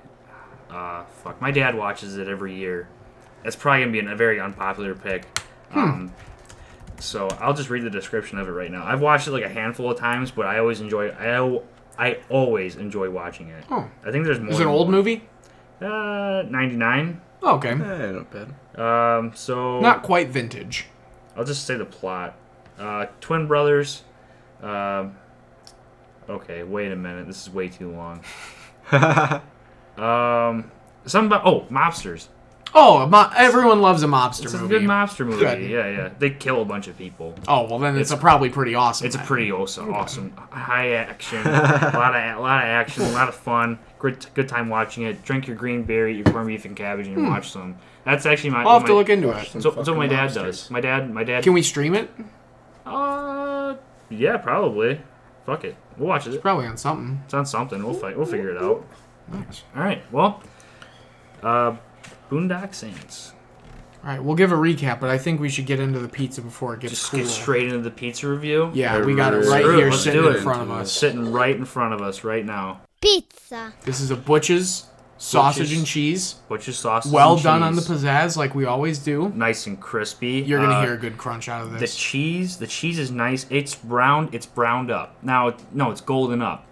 S1: uh, fuck. My dad watches it every year. That's probably gonna be a very unpopular pick.
S3: Hmm.
S1: Um, so I'll just read the description of it right now. I've watched it like a handful of times, but I always enjoy. I al- I always enjoy watching it.
S3: Oh.
S1: I think there's more.
S3: Is it
S1: than
S3: an old
S1: one.
S3: movie?
S1: Uh, ninety nine.
S3: Oh, okay,
S2: Eh, not bad.
S1: Um, so
S3: not quite vintage.
S1: I'll just say the plot. Uh, twin brothers. Um, okay, wait a minute. This is way too long. um, some oh mobsters.
S3: Oh, a mo- everyone loves a mobster
S1: It's a
S3: movie.
S1: good mobster movie.
S3: Good.
S1: Yeah, yeah. They kill a bunch of people.
S3: oh well, then it's, a probably pretty awesome.
S1: It's a
S3: then.
S1: pretty awesome, awesome, high action, a lot of a lot of action, a lot of fun. Good good time watching it. Drink your green berry, your corned beef and cabbage, and watch some. That's actually my.
S3: Hmm. I'll have
S1: my-
S3: to look into it.
S1: So, so my dad does. My dad, my dad.
S3: Can we stream it?
S1: uh, yeah, probably. Fuck it, we'll watch it.
S3: Probably on something.
S1: It's on something. We'll fight. We'll figure it out.
S3: Nice.
S1: All right. Well, uh, Boondock Saints.
S3: All right, we'll give a recap, but I think we should get into the pizza before it gets
S1: Just
S3: cool.
S1: get straight into the pizza review.
S3: Yeah,
S2: They're
S3: we got it
S2: really-
S3: right
S1: Screw it,
S3: here
S1: let's
S3: sitting
S1: do
S3: in
S1: it.
S3: front of us.
S1: Sitting right in front of us right now.
S4: Pizza.
S3: This is a Butch's sausage
S2: Butch's.
S3: and cheese.
S1: What's your sauce?
S3: Well done on the pizzazz, like we always do.
S1: Nice and crispy.
S3: You're gonna
S1: Uh,
S3: hear a good crunch out of
S1: the
S3: this.
S1: cheese. The cheese is nice. It's browned. It's browned up. Now, it- no, it's golden up.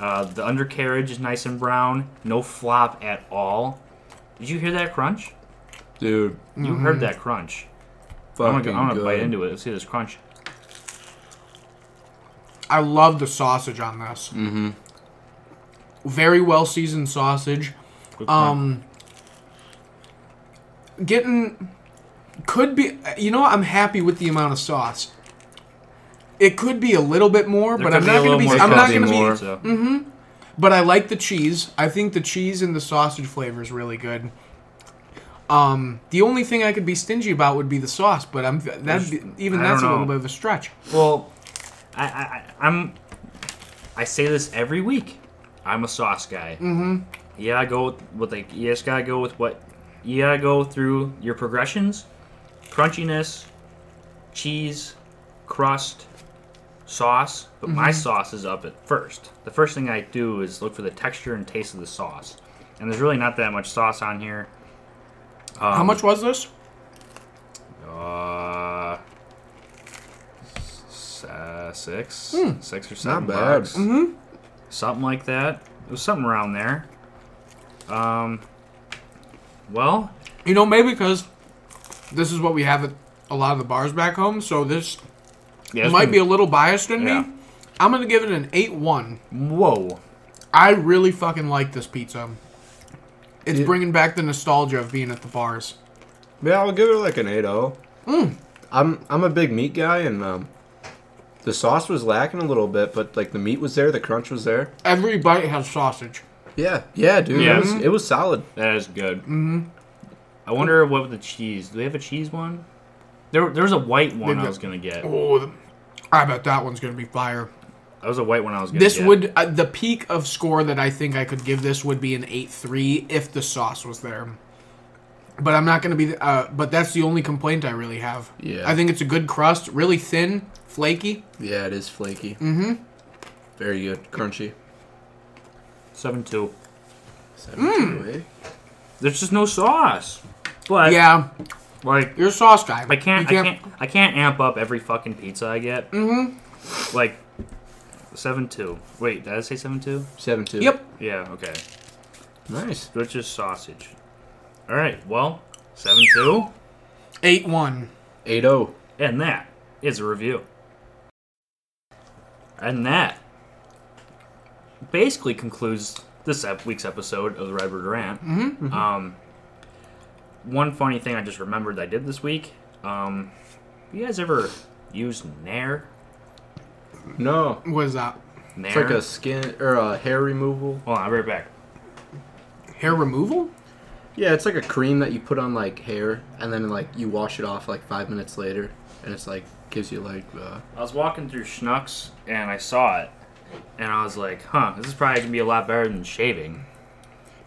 S1: Uh, the undercarriage is nice and brown. No flop at all. Did you hear that crunch?
S2: Dude,
S1: You
S3: Mm-hmm.
S1: heard that crunch. I'm gonna,
S2: fucking
S1: go- I'm gonna
S2: good.
S1: bite into it. Let's see this crunch.
S3: I love the sausage on this. Mm-hmm. Very well seasoned sausage.
S1: Good crunch.
S3: Um, getting could be. You know, what? I'm happy with the amount of sauce. It could be a little bit more,
S1: There
S3: but
S1: could
S3: I'm
S1: be a little
S3: not going to be.
S1: more
S3: I'm not
S1: sauce.
S3: going to be.
S2: More.
S1: So,
S3: But I like the cheese. I think the cheese and the sausage flavor is really good. Um, the only thing I could be stingy about would be the sauce, but I'm that even
S1: I
S3: that's
S1: don't
S3: a little
S1: know.
S3: bit of a stretch.
S1: Well, I, I I- I'm I say this every week. I'm a sauce guy. Mm-hmm. Yeah, I go with what they. You just gotta go with what. You gotta go through your progressions, crunchiness, cheese, crust, sauce. But my
S3: Mm-hmm.
S1: sauce is up at first. The first thing I do is look for the texture and taste of the sauce. And there's really not that much sauce on here. Um,
S3: How much was this?
S1: Uh, s- uh, six, six or
S2: Not
S1: seven
S2: bad.
S1: bucks, something like that. It was something around there. Um, well,
S3: You know, maybe because this is what we have at a lot of the bars back home, so this
S1: yeah, it's
S3: might be
S1: been-
S3: a little biased in
S1: Yeah.
S3: me. I'm gonna give it an eight one.
S1: whoa.
S3: I really fucking like this pizza. It's
S2: Yeah.
S3: bringing back the nostalgia of being at the bars.
S2: Yeah, I'll give it like an oh. 8 0. Mm. I'm, I'm a big meat guy, and um, the sauce was lacking a little bit, but like the meat was there, the crunch was there.
S3: Every bite has sausage.
S2: Yeah, yeah, dude.
S1: Yeah.
S2: It, was, it was solid.
S1: That is good. Mm-hmm. I wonder what the cheese. Do they have a cheese one? There, there was a white one
S3: They've
S1: I
S3: got-
S1: was gonna get.
S3: Oh, the- I bet that one's gonna be fire.
S1: That was a white one I was gonna.
S3: This
S1: get.
S3: would uh, the peak of score that I think I could give this would be an eight three if the sauce was there. But I'm not going to be. Uh, but that's the only complaint I really have.
S2: Yeah.
S3: I think it's a good crust, really thin, flaky.
S2: Yeah, it is flaky. Mm-hmm. Very good, crunchy.
S1: seven two.
S2: Seven two, eh?
S1: There's just no sauce. But yeah,
S3: Yeah,
S1: like
S3: you're a sauce guy.
S1: I can't,
S3: You
S1: I can't I can't amp up every fucking pizza I get. Mm-hmm. Like seven two. Wait, did I say seven two?
S2: Seven two.
S3: Yep.
S1: Yeah, okay.
S2: Nice.
S1: Which is sausage. Alright, well, seven two
S3: Eight one.
S2: Eight oh. zero.
S1: and that is a review. And that basically concludes this ep- week's episode of the Redbird Rant. Mm-hmm. Um, one funny thing I just remembered I did this week. Um, you guys ever use Nair?
S2: No.
S3: What is that?
S1: Nair?
S2: It's like a skin or a hair removal.
S1: Hold on, I'll be right back.
S3: Hair removal?
S2: Yeah, it's like a cream that you put on like hair, and then like you wash it off like five minutes later, and it's like gives you like. Uh,
S1: I was walking through Schnucks and I saw it, and I was like, "Huh, this is probably gonna be a lot better than shaving."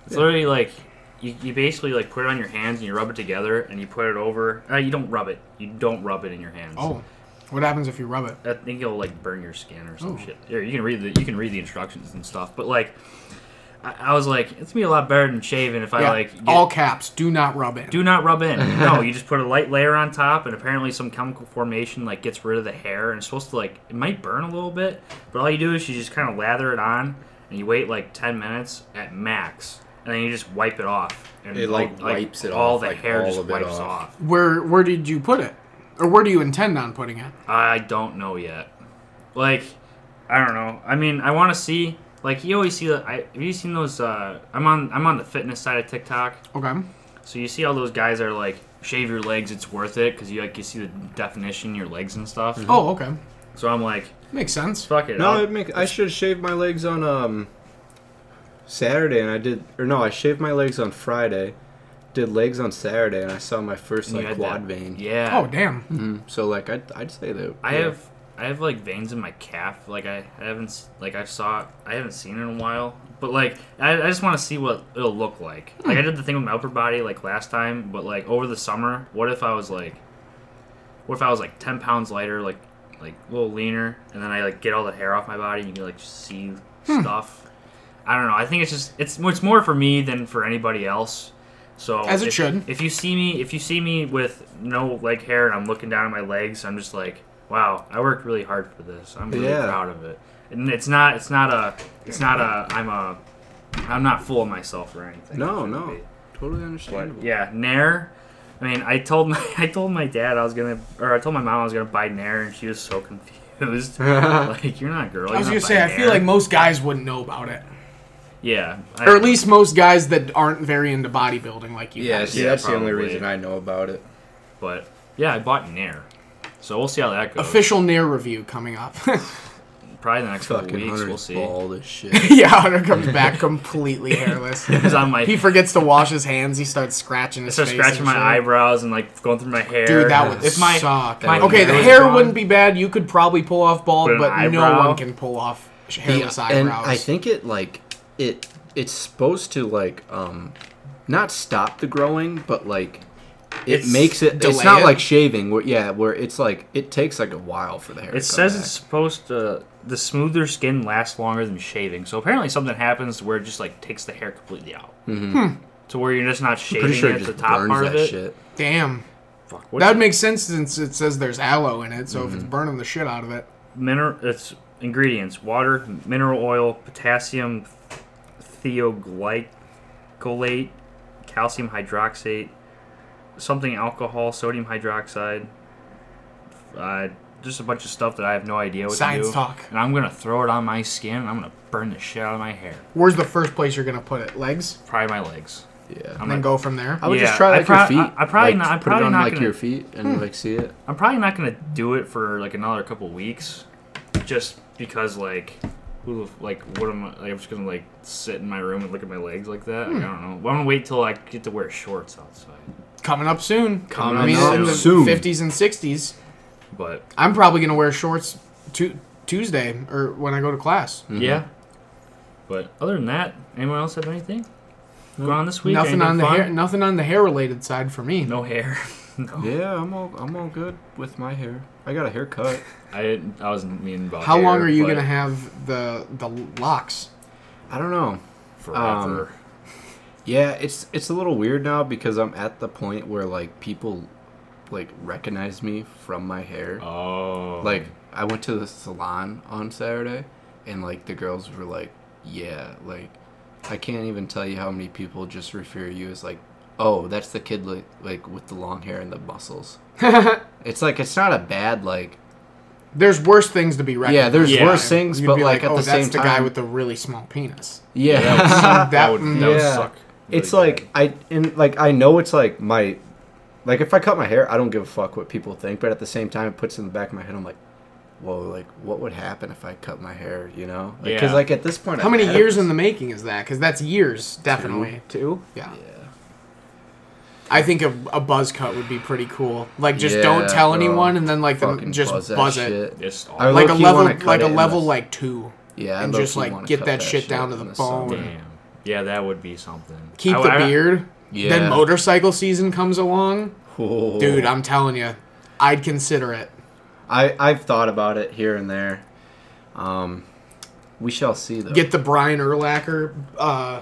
S1: It's literally like you, you basically like put it on your hands and you rub it together and you put it over. Uh, you don't rub it. You don't rub it in your hands.
S3: Oh, what happens if you rub it?
S1: I think it'll like burn your skin or some
S3: Oh.
S1: shit. Here, you can read the you can read the instructions and stuff. But like, I, I was like, it's gonna be a lot better than shaving if I
S3: Yeah.
S1: like get-
S3: all caps. Do not rub it.
S1: do not rub in. No, you just put a light layer on top, and apparently some chemical formation like gets rid of the hair, and it's supposed to like it might burn a little bit, but all you do is you just kind of lather it on, and you wait like ten minutes at max, and then you just wipe it off, and
S2: It, like, wipes it
S1: all
S2: off,
S1: the
S2: like,
S1: hair
S2: all
S1: just
S2: of it
S1: wipes off.
S2: off.
S3: Where Where did you put it? Or where do you intend on putting it?
S1: I don't know yet. Like, I don't know. I mean, I want to see. Like, you always see that. I have you seen those? Uh, I'm on. I'm on the fitness side of TikTok.
S3: Okay.
S1: So you see all those guys that are like, shave your legs, it's worth it, because you like you see the definition, your legs and stuff.
S3: Oh, okay.
S1: So I'm like,
S3: Makes sense.
S1: fuck it.
S2: Mm-hmm. no,
S1: I'll-
S2: it make I should shave my legs on um. Saturday and I did, or no, I shaved my legs on Friday, did legs on Saturday, and I saw my first
S1: you
S2: like
S1: had
S2: quad
S1: that-
S2: vein.
S1: Yeah.
S3: Oh, damn.
S2: So like I'd, I'd say that
S1: I
S2: yeah.
S1: have I have like veins in my calf. Like I, I haven't s- like I saw I haven't seen it in a while. But like I, I just want to see what it'll look like. Like I
S3: Hmm.
S1: did the thing with my upper body like last time, but like over the summer, what if I was like, what if I was like ten pounds lighter, like like a little leaner, and then I like get all the hair off my body and you can like see
S3: Hmm.
S1: stuff. I don't know. I think it's just it's it's more for me than for anybody else. So
S3: As it
S1: if-
S3: should.
S1: If you see me, if you see me with no like hair and I'm looking down at my legs, I'm just like, wow, I worked really hard for this. I'm really
S2: Yeah.
S1: proud of it. And it's not, it's not a, it's not a, I'm a, I'm not full of myself or anything. I
S2: No,
S1: shouldn't
S2: no,
S1: be.
S2: totally understandable.
S1: Yeah, Nair. I mean, I told my, I told my dad I was gonna, or I told my mom I was gonna buy Nair, and she was so confused. like, you're not a girl.
S3: I was gonna say, I feel like most guys wouldn't know about it,
S1: yeah, I-
S3: or at least most guys that aren't very into bodybuilding like you.
S2: Yeah,
S3: guys.
S2: see,
S1: Yeah,
S2: that's the only
S1: probably.
S2: reason I know about it.
S1: But yeah, I bought Nair, so we'll see how that goes.
S3: Official Nair review coming up.
S1: Probably the next couple
S2: Fucking
S1: weeks,
S2: Hunter's
S1: we'll see.
S2: bald as shit.
S3: yeah, Hunter comes back completely hairless.
S1: It's on my.
S3: He forgets to wash his hands. He starts scratching
S1: I
S3: his
S1: start
S3: face
S1: scratching
S3: and
S1: my
S3: shit.
S1: eyebrows and like going through my hair.
S3: Dude, that would
S1: if my,
S3: suck.
S1: my
S3: okay, the
S1: hair was
S3: hair
S1: gone-
S3: wouldn't be bad. You could probably pull
S1: But
S3: off bald,
S1: an
S3: but no
S1: eyebrow?
S3: one can pull off sh- hairless
S2: Yeah, and
S3: eyebrows.
S2: I think it like it it's supposed to like um not stop the growing, but like it
S1: It's
S2: makes it. It's
S3: delay
S2: not
S3: it.
S2: like shaving. Where, yeah, where it's like it takes like a while for the hair. to
S1: It
S2: come
S1: says
S2: back.
S1: it's supposed to the smoother skin lasts longer than shaving. So apparently something happens where it just like takes the hair completely out. Mm-hmm.
S3: Hmm.
S1: To where you're just not shaving
S2: pretty sure
S1: it,
S2: it
S1: the
S2: just
S1: top
S2: burns
S1: part
S2: that
S1: of it.
S2: shit.
S3: Damn,
S1: Fuck, what
S3: that would make sense since it says there's aloe in it. So if
S2: Mm-hmm.
S3: it's burning the shit out of it,
S1: mineral it's ingredients water mineral oil potassium theoglycolate calcium hydroxate something alcohol sodium hydroxide uh, just a bunch of stuff that i have no idea what
S3: Science
S1: to do
S3: talk.
S1: and i'm gonna throw it on my skin and i'm gonna burn the shit out of my hair
S3: where's the first place you're gonna put it? Legs,
S1: probably my legs
S2: Yeah.
S1: I'm
S3: and then
S1: not-
S3: go from there.
S2: I would
S1: Um, Yeah,
S2: just try
S1: I
S2: like
S1: prob-
S2: your
S1: I-
S2: feet.
S1: I probably
S2: like,
S1: not- I'm
S2: put
S1: probably
S2: it on
S1: not
S2: like
S1: gonna- Hmm.
S2: your feet and like see it.
S1: i'm probably not gonna do it for like another couple weeks just because like who the- like what am I? Like, I'm just gonna like sit in my room and look at my legs like that.
S3: Hmm.
S1: Like, I don't know. I'm gonna wait till I get to wear shorts outside.
S3: Coming up soon.
S1: Coming
S3: I mean,
S1: up
S3: in the
S2: soon.
S3: 50s and 60s.
S1: But
S3: I'm probably gonna wear shorts tu- Tuesday or when I go to class.
S2: Hmm.
S1: yeah. But other than that, anyone else have anything going on this week?
S3: Nothing
S1: Anything
S3: on the
S1: fun?
S3: hair. Nothing on the hair related side for me.
S1: No hair. no.
S2: Yeah, I'm all I'm all good with my hair. I got a haircut.
S1: I didn't. I wasn't mean about.
S3: How long
S1: hair,
S3: are you
S1: but
S3: gonna have the the locks?
S2: I don't know.
S1: Forever.
S2: Yeah, it's it's a little weird now because I'm at the point where like people like recognize me from my hair.
S3: um,
S1: oh.
S2: Like I went to the salon on Saturday and like the girls were like, "Yeah, like I can't even tell you how many people just refer you as like, "Oh, that's the kid like, like with the long hair and the muscles." it's like it's not a bad like
S3: There's worse things to be recognized.
S2: Yeah, there's
S1: Yeah.
S2: worse things,
S3: You'd
S2: but
S3: be
S2: like, at
S3: oh,
S2: the
S3: that's
S2: same
S3: the
S2: time
S3: guy with the really small penis.
S2: Yeah.
S1: that,
S3: that-
S1: would, that would
S2: yeah.
S1: suck. really
S2: it's like
S1: bad.
S2: I and like I know it's like my like if I cut my hair, I don't give a fuck what people think, but at the same time, it puts in the back of my head. I'm like, whoa, like what would happen if I cut my hair? You know, because
S1: Yeah.
S2: like at this point,
S3: How
S2: I've
S3: many
S2: had
S3: years
S2: it
S3: in the making is that? Because that's years, definitely.
S2: two, two?
S3: Yeah.
S2: Yeah.
S3: I think a, a buzz cut would be pretty cool. Like, just
S2: Yeah,
S3: don't tell
S2: bro.
S3: anyone, and then like the,
S2: Fucking
S3: just buzz,
S2: that
S3: it.
S2: shit.
S1: It's
S2: I
S1: all
S3: Like a
S2: low-key
S3: level,
S2: wanna cut
S3: like
S2: it
S3: a
S2: in
S3: level
S2: the-
S3: like two.
S2: Yeah, I
S3: and just,
S2: low-key
S3: like,
S2: wanna
S3: get
S2: cut
S3: that shit down to
S2: in
S3: the bone.
S2: summer.
S1: damn. Yeah, that would be something.
S3: Keep
S1: I-
S3: the
S1: I-
S3: beard.
S2: Yeah.
S3: Then motorcycle season comes along,
S2: Whoa.
S3: dude. I'm telling you, I'd consider it.
S2: I I've thought about it here and there. Um, we shall see though.
S3: Get the Brian Erlacher, uh,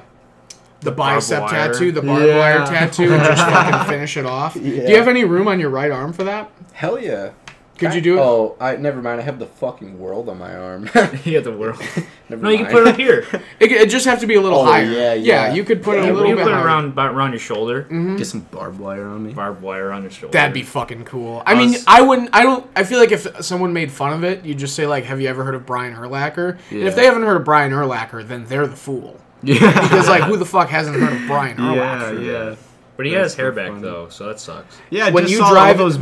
S3: the, bicep
S1: barbed wire.
S3: tattoo, the barbed wire
S2: Yeah.
S3: tattoo, and just fucking finish it off.
S2: Yeah.
S3: Do you have any room on your right arm for that?
S2: Hell yeah.
S3: Could you do it?
S2: Oh, I never mind. I have the fucking world on my arm.
S1: yeah, the world.
S2: Never
S1: No, you can put it up here.
S3: It, it just have to be a little
S2: Oh,
S3: higher.
S2: yeah, yeah.
S3: you could put
S2: Yeah,
S3: it a
S1: You
S3: little
S1: you
S3: bit
S1: put it
S3: higher.
S1: around about around your shoulder.
S3: Mm-hmm.
S2: Get some barbed wire on me.
S1: Barbed wire on your shoulder.
S3: That'd be fucking cool. I mean,
S1: was-
S3: I wouldn't. I don't. I feel like if someone made fun of it, you just say like, "Have you ever heard of Brian Erlacher?" And if
S2: Yeah.
S3: they haven't heard of Brian Erlacher, then they're the fool.
S2: Yeah.
S3: Because like, who the fuck hasn't heard of Brian Erlacher?
S2: yeah, yeah.
S1: But he has
S2: so
S1: hair back
S2: funny.
S1: though, so that sucks.
S2: Yeah,
S3: When you drive- did-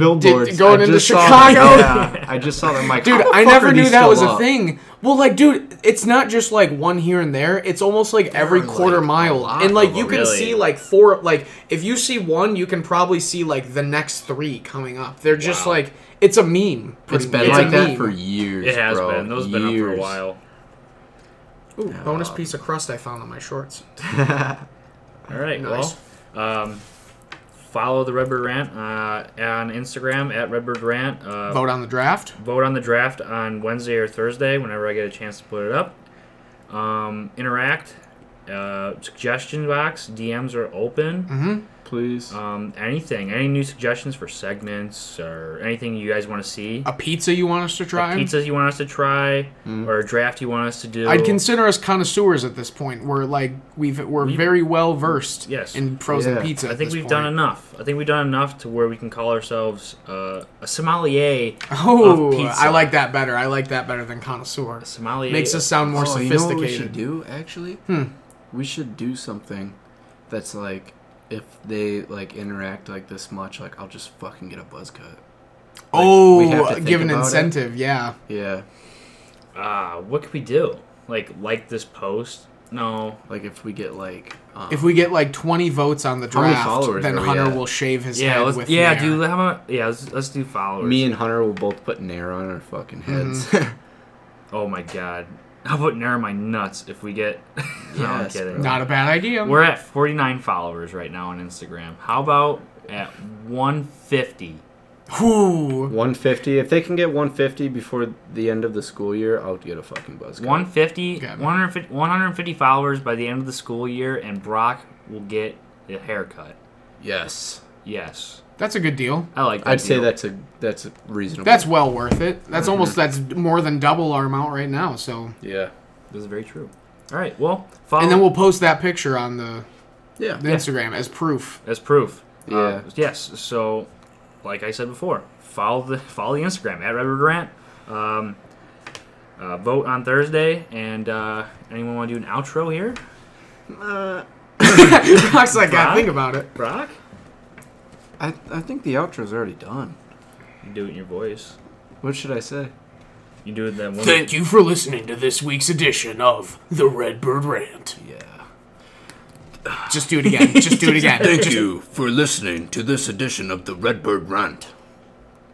S3: going
S2: I
S3: into
S2: just saw-
S3: Chicago.
S2: yeah, I just saw that. Mike.
S3: Dude, I never knew that was a thing. Well, like, dude, it's not just like one here and there. It's almost like every
S2: are, like,
S3: quarter
S2: a
S3: mile,
S2: lot
S3: and like
S2: of
S3: you
S2: them.
S3: can
S1: Really?
S3: see like four. Like, if you see one, you can probably see like the next three coming up. They're just
S1: Wow.
S3: like it's a meme.
S2: It's
S3: pretty much.
S2: been
S3: It's a
S2: like that
S3: meme.
S2: for years.
S1: It has
S2: bro.
S1: been. Those have been up for a
S2: Years.
S1: while.
S3: Ooh, bonus piece of crust I found on my shorts.
S1: All right.
S3: Nice.
S1: Well, um, follow the Redbird Rant uh, on Instagram at Redbird Rant. Uh, vote.
S3: Vote on the draft.
S1: on the draft on Wednesday or Thursday whenever I get a chance to put it up. Um, interact. Uh, suggestion box. DMs are open.
S2: Please.
S1: Um, anything. Any new suggestions for segments or anything you guys want to see?
S3: A pizza you want us to try?
S1: Pizzas you want us to try, or a draft you want us to do?
S3: Hmm. I'd consider us connoisseurs at this point. We're like we've we're very well versed
S1: Yes.
S3: in frozen
S2: Yeah.
S3: pizza.
S1: I
S3: at
S1: think
S3: this
S1: we've
S3: point.
S1: done enough. I think we've done enough to where we can call ourselves uh, a sommelier.
S3: Oh,
S1: of pizza.
S3: I like that better. I like that better than connoisseur.
S1: Sommelier
S3: Makes us sound more
S2: oh, you know what we Hmm.
S3: sophisticated.
S2: should do actually? We should do something that's like if they like interact like this much, like I'll just fucking get a buzz cut. we have to
S3: oh,
S2: think
S3: give an
S2: about it.
S3: incentive. Yeah.
S2: Yeah,
S1: Ah, what could we do? Like like this post? No.
S2: like if we get like um,
S3: If we get like 20 votes on the
S2: How many
S3: draft,
S2: followers
S3: then
S2: are we
S3: Hunter
S2: at?
S3: will shave his
S1: Yeah,
S3: head
S1: let's,
S3: with
S1: yeah,
S3: Nair.
S1: dude. How about yeah? Let's, let's do followers.
S2: me and Hunter will both put Nair on our fucking heads.
S3: Mm-hmm.
S1: oh my god. How about Nair my nuts if we get? no, I'm
S2: Yes,
S1: kidding.
S2: bro.
S3: Not a bad idea.
S1: We're at 49 followers right now on Instagram. How about at 150?
S3: Whew.
S2: 150. If they can get 150 before the end of the school year, I'll get a fucking buzz cut.
S1: 150,
S3: Got me.
S1: 150, 150 followers by the end of the school year, and Brock will get a haircut.
S2: Yes,
S1: Yes,
S3: That's a good deal.
S1: I like. That
S2: I'd say
S1: deal.
S2: that's a that's a reasonable.
S3: That's well worth it. That's almost that's more than double our amount right now. So,
S2: yeah,
S1: This is very true. All right, well, follow
S3: and then we'll post that picture on the,
S2: yeah,
S3: the Instagram as proof.
S1: as proof.
S2: Yeah.
S1: Uh, yes. So, like I said before, follow the follow the Instagram at Redwood Rant. Um, uh, vote on Thursday, and uh, anyone want to do an outro here?
S3: Looks like I
S1: Right?
S3: think about it.
S1: Brock,
S2: I I think the outro's already done.
S1: you do it in your voice.
S2: What should I say?
S1: You do it that one.
S4: Thank you for listening to this week's edition of The Redbird Rant.
S2: Yeah.
S3: Just do it again. Just do it again.
S5: Thank you for listening to this edition of the Redbird Rant.